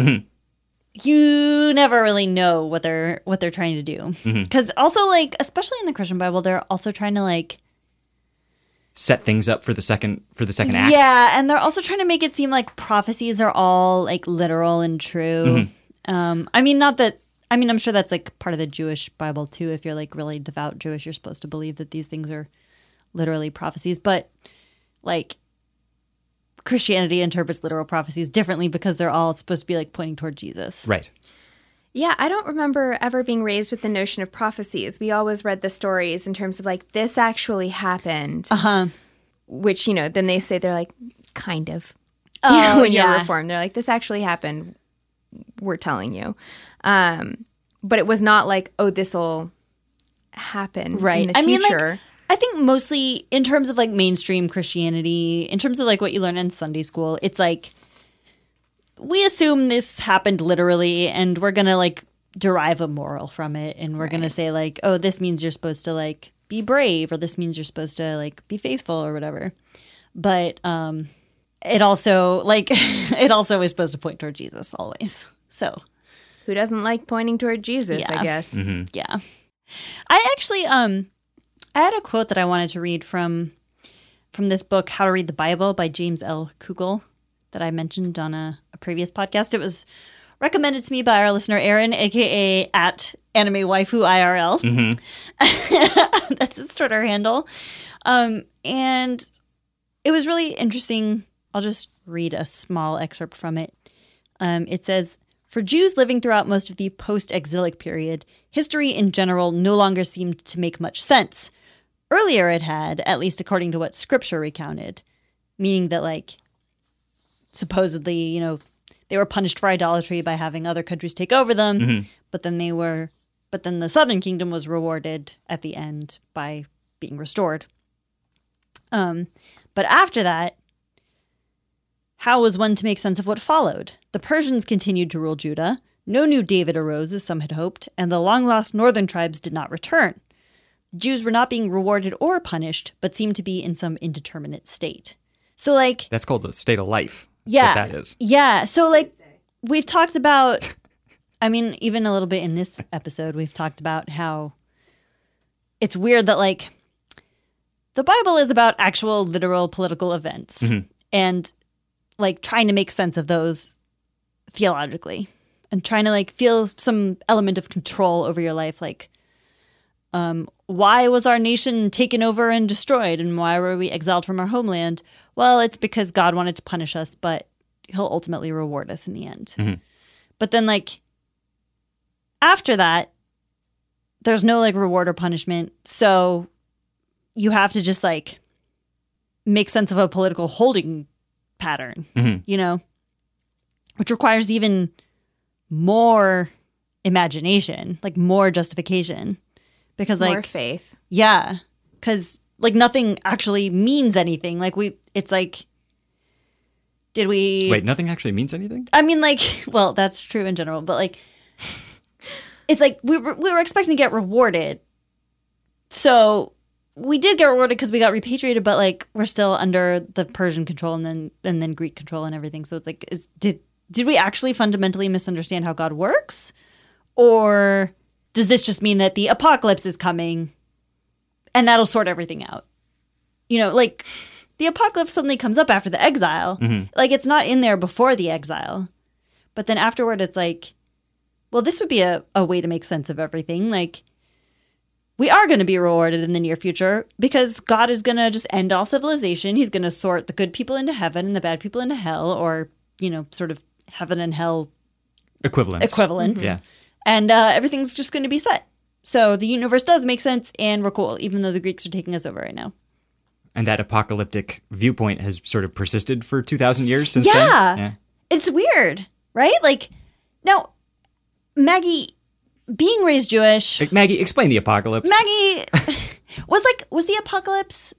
A: You never really know what they're what they're trying to do. Because also like, especially in the Christian Bible, they're also trying to like
B: Set things up for the second for the second act.
A: yeah, and they're also trying to make it seem like prophecies are all like literal and true.
B: Mm-hmm.
A: Um, I mean, not that. I mean, I'm sure that's like part of the Jewish Bible too. If you're like really devout Jewish, you're supposed to believe that these things are literally prophecies. But like Christianity interprets literal prophecies differently because they're all supposed to be like pointing toward Jesus.
B: Right.
C: Yeah, I don't remember ever being raised with the notion of prophecies. We always read the stories in terms of like this actually happened. Uh-huh. Which, you know, then they say they're like kind of. [LAUGHS] You know,
A: Oh,
C: when
A: yeah.
C: you're reformed, they're like this actually happened. We're telling you. Um, but it was not like, oh, this will happen in the
A: I mean,
C: future.
A: like, I think mostly in terms of like mainstream Christianity, in terms of like what you learn in Sunday school, it's like we assume this happened literally and we're going to like derive a moral from it. And we're going to say, like, oh, this means you're supposed to like be brave or this means you're supposed to like be faithful or whatever. But, um, it also like [LAUGHS] it also is supposed to point toward Jesus always. So
C: Who doesn't like pointing toward Jesus,
A: Yeah. Mm-hmm.
C: I guess.
A: yeah i actually um i had a quote that i wanted to read from from this book how to read the bible by james l kugel that i mentioned on a, a previous podcast it was recommended to me by our listener aaron aka at anime waifu irl [LAUGHS] that's his twitter handle um and it was really interesting i'll just read a small excerpt from it um, it says For Jews living throughout most of the post exilic period, history in general no longer seemed to make much sense. Earlier it had, at least according to what scripture recounted, meaning that, like, supposedly, you know, they were punished for idolatry by having other countries take over them, but then they were, but then the southern kingdom was rewarded at the end by being restored. Um, but after that, how was one to make sense of what followed? The Persians continued to rule Judah. No new David arose, as some had hoped, and the long lost northern tribes did not return. The Jews were not being rewarded or punished, but seemed to be in some indeterminate state. So, like,
B: That's called the state of life. That's
A: yeah,
B: What that is.
A: Yeah. So like we've talked about I mean even a little bit in this episode we've talked about how it's weird that like the Bible is about actual literal political events
B: Mm-hmm.
A: and like trying to make sense of those theologically and trying to like feel some element of control over your life like why was our nation taken over and destroyed and why were we exiled from our homeland? Well, it's because God wanted to punish us, but he'll ultimately reward us in the end. But then like after that there's no like reward or punishment. So you have to just like make sense of a political holding pattern, you know, which requires even more imagination, like more justification because
C: More
A: like
C: faith.
A: yeah, because like nothing actually means anything. Like we, it's like, did we?
B: Wait, nothing actually means anything?
A: I mean, like, [LAUGHS] well, that's true in general, but like, it's like we were we were expecting to get rewarded, so we did get rewarded because we got repatriated, but like we're still under the Persian control and then and then Greek control and everything. So it's like, is did did we actually fundamentally misunderstand how God works, or does this just mean that the apocalypse is coming, and that'll sort everything out? you know, like the apocalypse suddenly comes up after the exile. Like it's not in there before the exile. But then afterward, it's like, well, this would be a, a way to make sense of everything. Like, we are going to be rewarded in the near future because God is going to just end all civilization. He's going to sort the good people into heaven and the bad people into hell, or, you know, sort of heaven and hell
B: Equivalence.
A: equivalents.
B: Yeah.
A: And uh, everything's just going to be set. So the universe does make sense and we're cool, even though the Greeks are taking us over right now.
B: And that apocalyptic viewpoint has sort of persisted for 2,000 years since
A: Yeah.
B: then.
A: It's weird, right? Like, now, Maggie, being raised Jewish,
B: Like, Maggie, explain the apocalypse.
A: Maggie [LAUGHS] was like, was the apocalypse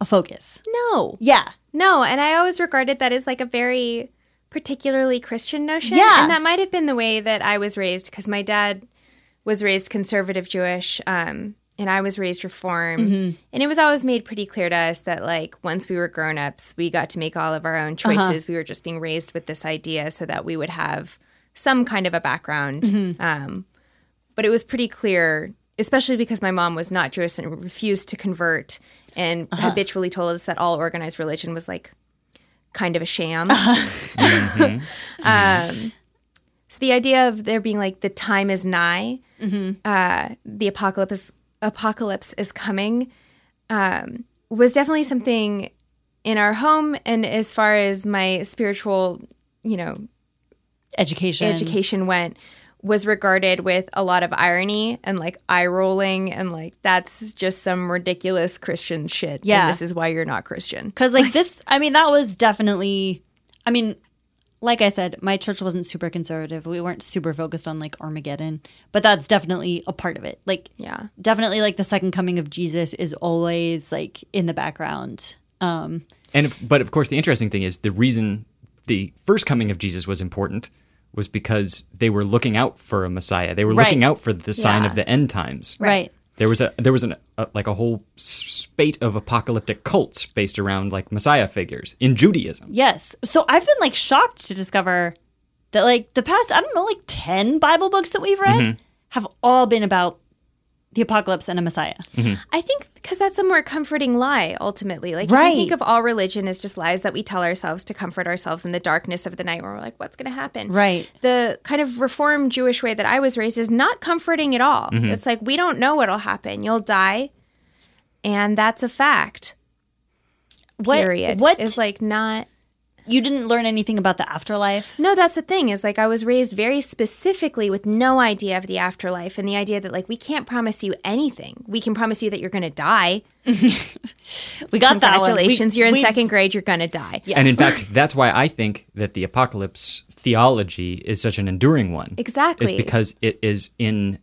A: a focus?
C: No.
A: Yeah.
C: No, and I always regarded that as like a very particularly Christian notion.
A: Yeah.
C: And that might have been the way that I was raised because my dad was raised conservative Jewish. Um, and I was raised reform. And it was always made pretty clear to us that, like, once we were grown ups, we got to make all of our own choices. We were just being raised with this idea so that we would have some kind of a background. Um, but it was pretty clear, especially because my mom was not Jewish and refused to convert and habitually told us that all organized religion was like kind of a sham. [LAUGHS] um, so the idea of there being like the time is nigh, uh, the apocalypse is, apocalypse is coming, um, was definitely something in our home. And as far as my spiritual, you know,
A: Education.
C: education went was regarded with a lot of irony and like eye rolling and like that's just some ridiculous Christian shit. and
A: Yeah.
C: this is why you're not Christian.
A: Because, like, this, I mean, that was definitely, I mean, like I said, my church wasn't super conservative. We weren't super focused on like Armageddon, but that's definitely a part of it. Like,
C: Yeah.
A: definitely like the second coming of Jesus is always like in the background. Um,
B: And if, but of course, the interesting thing is the reason the first coming of Jesus was important was because they were looking out for a Messiah. They were
A: Right.
B: looking out for the sign
C: Yeah.
B: of the end times.
A: right.
B: There was a there was an a, like a whole spate of apocalyptic cults based around like Messiah figures in Judaism.
A: Yes. So I've been like shocked to discover that like the past, I don't know, like 10 Bible books that we've read have all been about the apocalypse and a Messiah.
C: I think because that's a more comforting lie ultimately. Like if
A: Right.
C: you think of all religion as just lies that we tell ourselves to comfort ourselves in the darkness of the night where we're like, what's gonna happen?
A: Right.
C: The kind of reformed Jewish way that I was raised is not comforting at all. It's like we don't know what'll happen. You'll die and that's a fact.
A: What,
C: period.
A: What
C: is
A: is
C: like not
A: you didn't learn anything about the afterlife?
C: No, that's the thing is like I was raised very specifically with no idea of the afterlife and the idea that like we can't promise you anything. We can promise you that you're going to die.
A: We got that one. We-
C: Congratulations, you're in
A: we-
C: second grade, you're going to die.
B: And in fact, that's why I think that the apocalypse theology is such an enduring one. Is
C: Exactly.
B: because it is in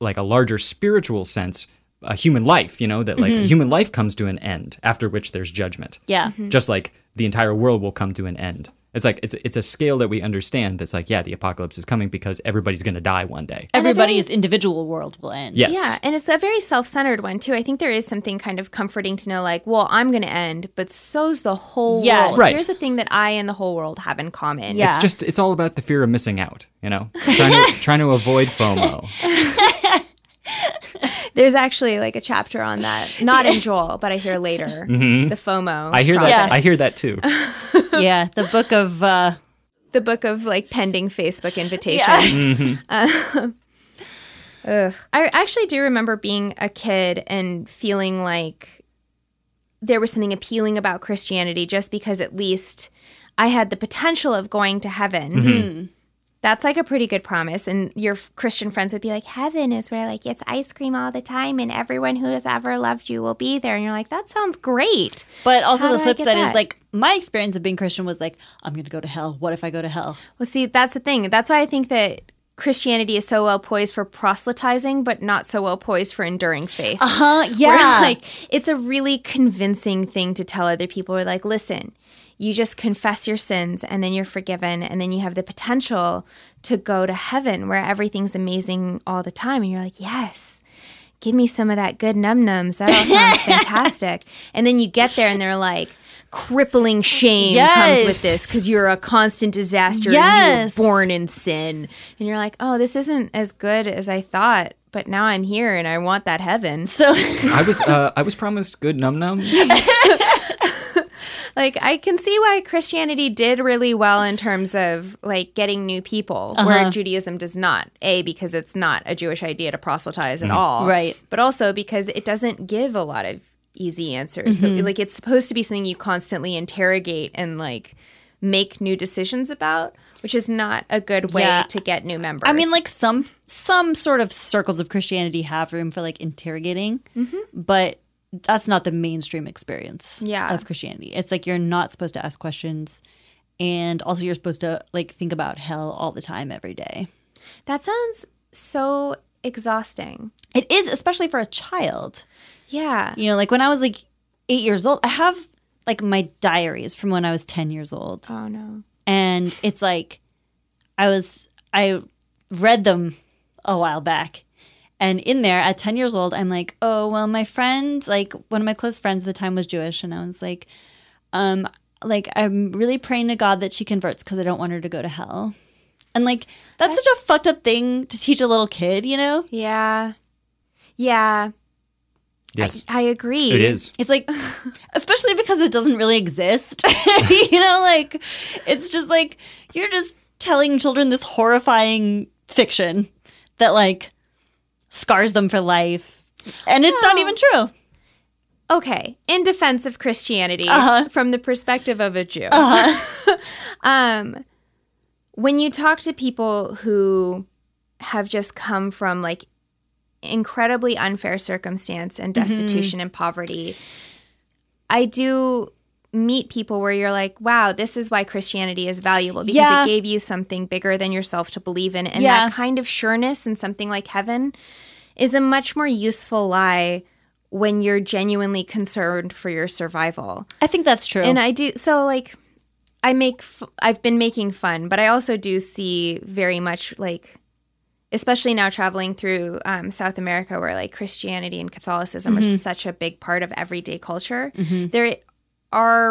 B: like a larger spiritual sense a human life, you know, that like human life comes to an end after which there's judgment.
A: Yeah.
B: Just like the entire world will come to an end. It's like it's it's a scale that we understand that's like yeah, the apocalypse is coming because everybody's going to die one day.
A: Everybody's individual world will end.
B: Yes.
C: Yeah, and it's a very self-centered one too. I think there is something kind of comforting to know like, well, I'm going to end, but so's the whole
A: Yes.
C: world.
B: Right.
C: Here's the thing that I and the whole world have in common.
A: Yeah.
B: It's just it's all about the fear of missing out, you know. trying to trying to avoid FOMO.
C: There's actually like a chapter on that,
A: [LAUGHS]
C: not in Joel, but I hear later the FOMO.
B: Mm-hmm. I hear that
A: Yeah.
B: I hear that too.
A: [LAUGHS] yeah. The book of uh,
C: the book of like pending Facebook invitations. Um, [LAUGHS] ugh. I actually do remember being a kid and feeling like there was something appealing about Christianity just because at least I had the potential of going to heaven. That's like a pretty good promise. And your f- Christian friends would be like, Heaven is where like it's ice cream all the time and everyone who has ever loved you will be there. And you're like, That sounds great.
A: But also
C: How
A: the
C: do I
A: flip
C: get
A: side is
C: that?
A: like my experience of being Christian was like I'm going to go to hell. What if I go to hell?
C: Well, see, that's the thing. That's why I think that Christianity is so well poised for proselytizing, but not so well poised for enduring faith.
A: Huh?
C: Where, [LAUGHS]
A: [LAUGHS] Yeah.
C: like, it's a really convincing thing to tell other people. We're like, listen, you just confess your sins and then you're forgiven. And then you have the potential to go to heaven where everything's amazing all the time. And you're like, yes. Give me some of that good num nums. That
A: [LAUGHS]
C: all sounds fantastic. And then you get there and they're like, crippling shame comes with this
A: Yes.
C: because you're a constant disaster.
A: Yes.
C: Yes. You were born in sin. And you're like, oh, this isn't as good as I thought, but now I'm here and I want that heaven.
A: so [LAUGHS]
B: I was uh, I was promised good num nums.
C: Like, I can see why Christianity did really well in terms of like getting new people, where
A: Uh-huh.
C: Judaism does not. A, because it's not a Jewish idea to proselytize
B: Mm-hmm.
C: at all.
A: Right.
C: But also because it doesn't give a lot of easy answers.
A: Mm-hmm.
C: Like, it's supposed to be something you constantly interrogate and like make new decisions about, which is not a good way
A: Yeah.
C: to get new members.
A: I mean like some some sort of circles of Christianity have room for like interrogating, but that's not the mainstream experience
C: Yeah.
A: of Christianity. It's like you're not supposed to ask questions and also you're supposed to like think about hell all the time every day.
C: That sounds so exhausting.
A: It is especially for a child.
C: Yeah.
A: You know, like when I was like 8 years old, I have like my diaries from when I was 10 years old.
C: Oh no.
A: and it's like i was i read them a while back And in there at 10 years old, I'm like, oh, well, my friend, like one of my close friends at the time was Jewish. And I was like, um, like I'm really praying to God that she converts because I don't want her to go to hell. And like that's such a fucked up thing to teach a little kid, you know?
C: Yeah. Yeah.
B: Yes,
C: I agree.
B: it is.
A: It's [LAUGHS] like, especially because it doesn't really exist. [LAUGHS] you know, like, it's just like, you're just telling children this horrifying fiction that, like, scars them for life. And it's not
C: Well,
A: even true.
C: Okay. In defense of Christianity
A: Uh-huh.
C: from the perspective of a Jew. [LAUGHS] um when you talk to people who have just come from like incredibly unfair circumstance and
A: Mm-hmm.
C: destitution and poverty, I do meet people where you're like, wow, this is why Christianity is valuable because
A: Yeah.
C: it gave you something bigger than yourself to believe in. And
A: Yeah.
C: that kind of sureness and something like heaven is a much more useful lie when you're genuinely concerned for your survival.
A: I think that's true.
C: And I do so like I make f- I've been making fun, but I also do see very much like especially now traveling through um, South America where like Christianity and Catholicism
A: Mm-hmm.
C: are such a big part of everyday culture. There are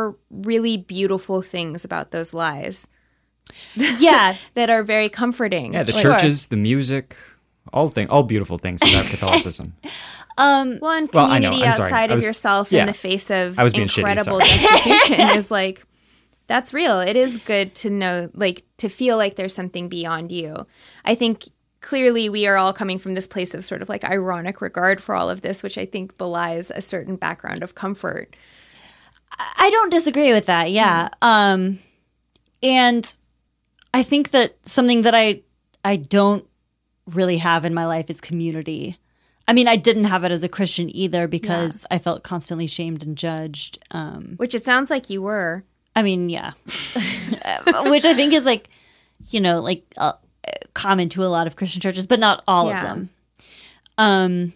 C: really beautiful things about those lies [LAUGHS]
A: yeah.
C: that are very comforting.
B: Yeah, the
C: Like-
B: churches, the music, all thing, all beautiful things about
A: [LAUGHS]
B: Catholicism.
C: Well, and
B: Well, I know.
C: community
B: I'm sorry.
C: outside
B: I
C: of
B: was-
C: yourself
B: yeah.
C: in the face of
B: I was being shitty,
C: incredible
B: sorry. [LAUGHS]
C: destitution is like that's real. It is good to know, like, to feel like there's something beyond you. I think clearly we are all coming from this place of sort of like ironic regard for all of this, which I think belies a certain background of comfort.
A: I don't disagree with that. Yeah. Um, and I think that something that I I don't really have in my life is community. I mean, I didn't have it as a Christian either because I felt constantly shamed and judged. Um,
C: Which it sounds like you were.
A: I mean, yeah, Uh, which I think is like, you know, like uh, common to a lot of Christian churches, but not all
C: Yeah.
A: of them. Um,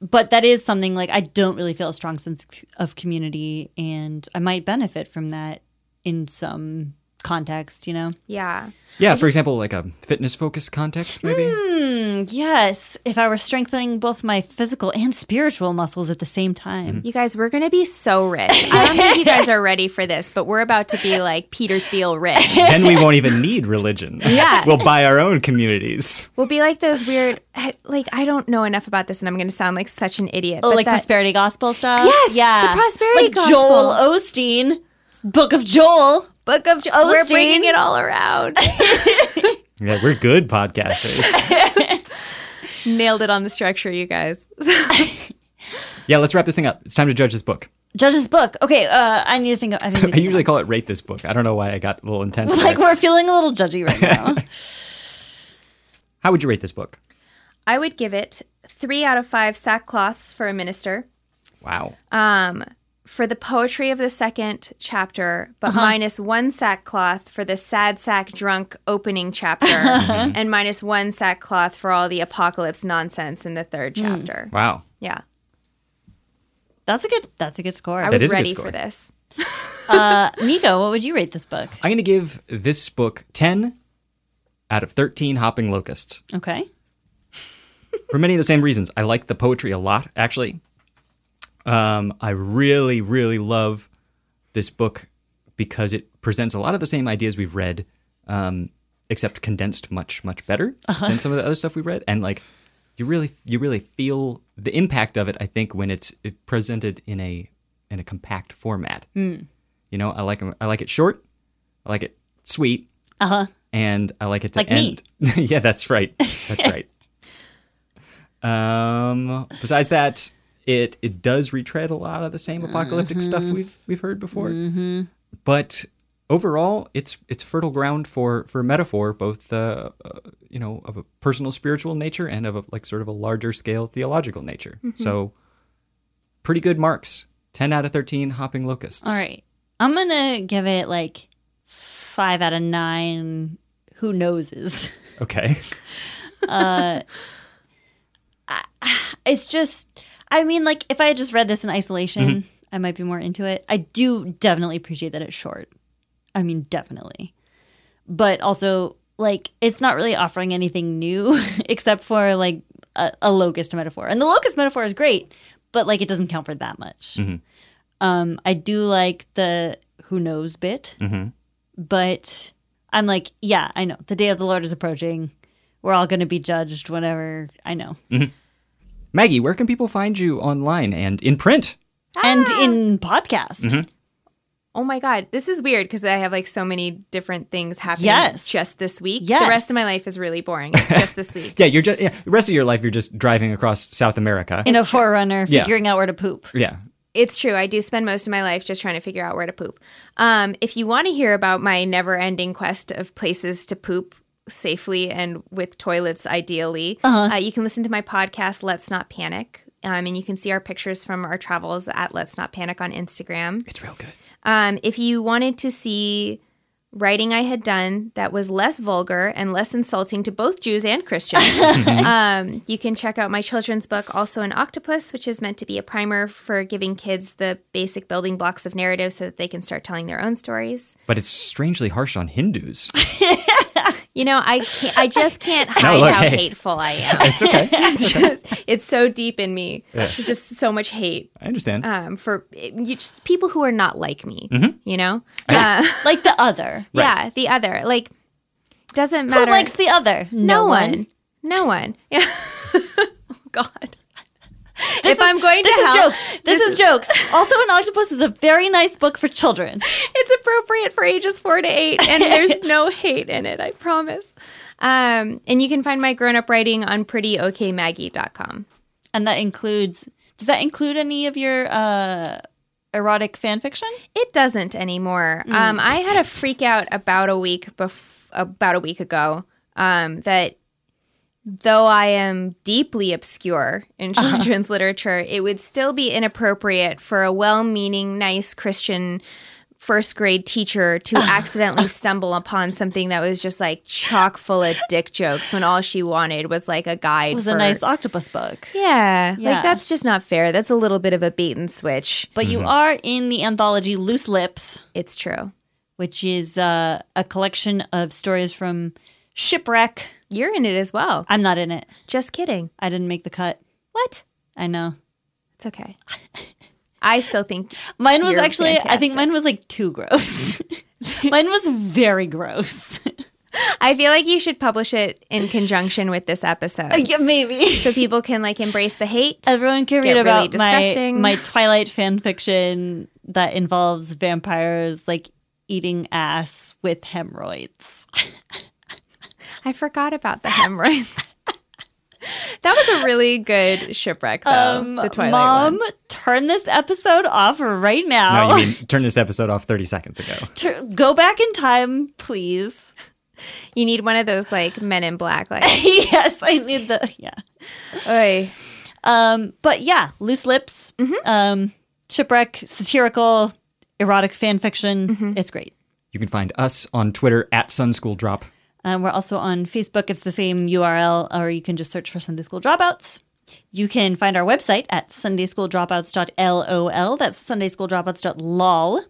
A: but that is something like I don't really feel a strong sense of community, and I might benefit from that in some context, you know.
C: Yeah.
B: Yeah, for example, like a fitness focused context, maybe.
A: Hmm. Yes, if I were strengthening both my physical and spiritual muscles at the same time.
C: You guys, we're going to be so rich. I don't think you guys are ready for this, but we're about to be like Peter Thiel rich.
B: then we won't even
A: [LAUGHS]
B: need religion.
C: Yeah.
B: [LAUGHS] we'll buy our own communities.
C: We'll be like those weird, like I don't know enough about this, and I'm going to sound like such an idiot.
A: Oh,
C: but
A: like
C: that-
A: prosperity gospel stuff.
C: Yes,
A: yeah,
C: the prosperity
A: like
C: gospel.
A: Joel Osteen, Book of Joel.
C: book of Job. We're
A: Osteen.
C: bringing it all around.
B: Yeah, we're good podcasters.
C: [LAUGHS] Nailed it on the structure, you guys.
B: yeah, let's wrap this thing up. It's time to judge this book.
A: Judge's book. Okay, uh, I need to think. Of, I, need to think
B: I
A: of
B: usually call it rate this book. I don't know why I got a little intense.
A: one. like
B: there.
A: we're feeling a little judgy right now.
B: How would you rate this book?
C: [LAUGHS] I would give it three out of five sackcloths for a minister
B: Wow.
A: Uh,
C: for the poetry of the second chapter, but minus one sackcloth for the sad sack drunk opening [LAUGHS] chapter, and minus one sackcloth for all the apocalypse nonsense in the third chapter.
B: wow.
C: Yeah,
A: that's a good. That's a good score.
C: I
B: That
C: was
B: is a good
C: ready
B: score.
C: for this.
A: Uh, [LAUGHS] Nico, what would you rate this book?
B: I'm going to give this book 10 out of 13 hopping locusts.
A: Okay.
B: for many of the same reasons. I like the poetry a lot, actually. Um, I really, really love this book because it presents a lot of the same ideas we've read, um, except condensed much, much better than some of the other stuff we read. And like, you really, you really feel the impact of it. I think when it's it presented in a in a compact format. You know, I like 'em- I like it short. I like it sweet.
A: Uh huh.
B: And I like it to
A: Like me.
B: end. [LAUGHS] yeah, that's right. That's right. Um, besides that, it it does retread a lot of the same apocalyptic stuff we've we've heard before. But overall, it's it's fertile ground for for metaphor, both uh, uh, you know of a personal spiritual nature and of a, like sort of a larger scale theological nature.
A: Mm-hmm.
B: So pretty good marks. Ten out of thirteen hopping locusts.
A: All right. I'm gonna give it like five out of nine. Who knowses?
B: Okay.
A: It's just. I mean, like if I had just read this in isolation, I might be more into it. I do definitely appreciate that it's short. I mean, definitely. But also, like, it's not really offering anything new [LAUGHS] except for like a, a locust metaphor. And the locust metaphor is great, but like it doesn't count for that much. Um, I do like the who knows bit, but I'm like, yeah, I know. The day of the Lord is approaching. We're all going to be judged whenever I know.
B: Maggie, where can people find you online and in print?
A: And in podcast,
C: Oh my God, this is weird because I have like so many different things happening
A: Yes.
C: just this week.
A: Yes.
C: The rest of my life is really boring. It's just
A: [LAUGHS]
C: this week.
B: Yeah, you're just yeah, the rest of your life you're just driving across South America.
A: in a forerunner,
B: Yeah.
A: figuring out where to poop.
B: yeah.
C: It's true. I do spend most of my life just trying to figure out where to poop. Um, if you want to hear about my never ending quest of places to poop safely and with toilets, ideally,
A: Uh-huh.
C: uh you can listen to my podcast, Let's Not Panic. Um, and you can see our pictures from our travels at Let's Not Panic on Instagram.
B: It's real good.
C: Um, if you wanted to see writing I had done that was less vulgar and less insulting to both Jews and Christians,
B: [LAUGHS]
C: um, you can check out my children's book, Also an Octopus, which is meant to be a primer for giving kids the basic building blocks of narrative so that they can start telling their own stories.
B: But it's strangely harsh on Hindus.
C: You know, I can't, I
B: [LAUGHS]
C: just can't hide
B: look,
C: how
B: hey.
C: hateful I am.
B: It's
C: [LAUGHS]
B: okay.
C: It's, just- it's so deep in me. It's just so much hate
B: I understand.
A: Uh,
C: um, for you just people who are not like me,
B: Mm-hmm.
C: you know? Uh,
A: Like the other.
C: Yeah, the other. Like, doesn't
A: Who
C: matter.
A: likes the other?
C: no one. No one. [LAUGHS] Yeah. oh, God. if I'm going to
A: This is
C: hell,
A: jokes. This, is, [LAUGHS] jokes. Also, an octopus is a very nice book for children.
C: it's appropriate for ages four to eight,
A: [LAUGHS]
C: and there's no hate in it. I promise. Um, and you can find my grown-up writing on prettyokmaggie.com.
A: and that includes does that include any of your uh erotic fan fiction
C: It doesn't anymore.
A: Mm.
C: Um, I had a freak out about a week bef- about a week ago um, that though I am deeply obscure in
A: Uh-huh.
C: children's literature, it would still be inappropriate for a well-meaning, nice Christian first grade teacher to
A: Uh-huh.
C: accidentally stumble upon something that was just like chock full of dick jokes when all she wanted was like a guide
A: it was
C: for
A: a nice octopus book
C: yeah,
A: Yeah.
C: like that's just not fair. That's a little bit of a bait and switch.
A: but you are in the anthology loose lips
C: It's true.
A: which is uh, a collection of stories from shipwreck
C: You're in it as well.
A: i'm not in it
C: Just kidding.
A: i didn't make the cut
C: What?
A: i know
C: It's [LAUGHS] okay. I still think
A: mine was
C: You're
A: actually i think
C: fantastic.
A: mine was like too
C: [LAUGHS]
A: gross mine was very gross
C: I feel like you should publish it in conjunction with this episode
A: yeah, maybe
C: so people can like embrace the hate.
A: everyone can read
C: Get really
A: about my
C: disgusting.
A: my Twilight fan fiction that involves vampires like eating ass with hemorrhoids.
C: I forgot about the hemorrhoids. [LAUGHS] that was a really good shipwreck though. Um, the Twilight
A: Mom,
C: one.
A: turn this episode off right now.
B: no, you mean turn this episode off 30 seconds ago.
A: [LAUGHS] Tur- go back in time, please.
C: You need one of those like Men in Black [LAUGHS] like.
A: yes, I need the yeah.
C: Oy.
A: Um, but yeah, loose lips, um, shipwreck, satirical, erotic fan fiction. It's great.
B: You can find us on Twitter at Sunschool Drop.
A: Um, we're also on Facebook. It's the same URL, or you can just search for Sunday School Dropouts. You can find our website at sundayschooldropouts.lol. That's sundayschooldropouts.lol.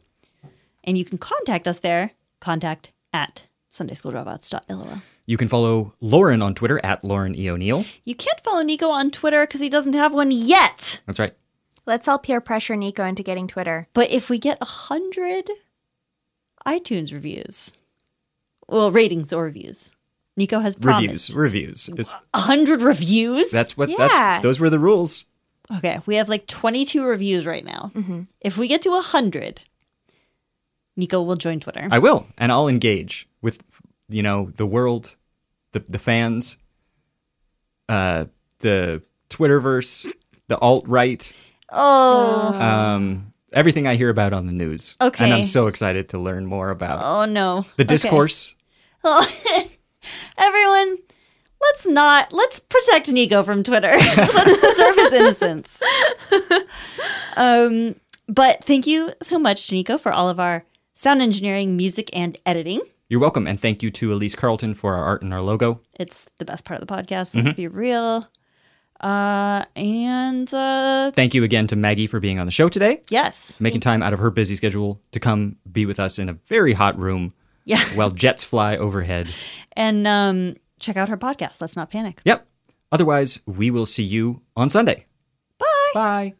A: And you can contact us there. Contact at sundayschooldropouts.lol.
B: You can follow Lauren on Twitter at Lauren E. O'Neill.
A: You can't follow Nico on Twitter because he doesn't have one yet.
B: That's right.
C: Let's all peer pressure Nico into getting Twitter.
A: But if we get 100 iTunes reviews, well, ratings or reviews, Nico has promised
B: Reviews. Reviews. It's,
A: 100 reviews.
B: that's what
C: Yeah.
B: that's those were the rules.
A: Okay, we have like 22 reviews right now. If we get to 100, Nico will join Twitter.
B: I will, and I'll engage with you know the world, the the fans, uh, the Twitterverse, the alt right,
A: oh,
B: um, everything I hear about on the news. and
A: Okay.
B: I'm so excited to learn more about
A: oh no.
B: the
A: Okay.
B: discourse.
A: [LAUGHS] Everyone, let's not let's protect Nico from Twitter. [LAUGHS] let's preserve his innocence. um, but thank you so much to Nico for all of our sound engineering, music, and editing.
B: You're welcome, and thank you to Elise Carlton for our art and our logo.
A: It's the best part of the podcast. Let's be real. Uh, and uh,
B: Thank you again to Maggie for being on the show today,
A: yes,
B: making time out of her busy schedule to come be with us in a very hot room
A: yeah.
B: while jets fly overhead.
A: and um, check out her podcast. Let's not panic.
B: Yep. Otherwise, we will see you on Sunday. Bye. Bye.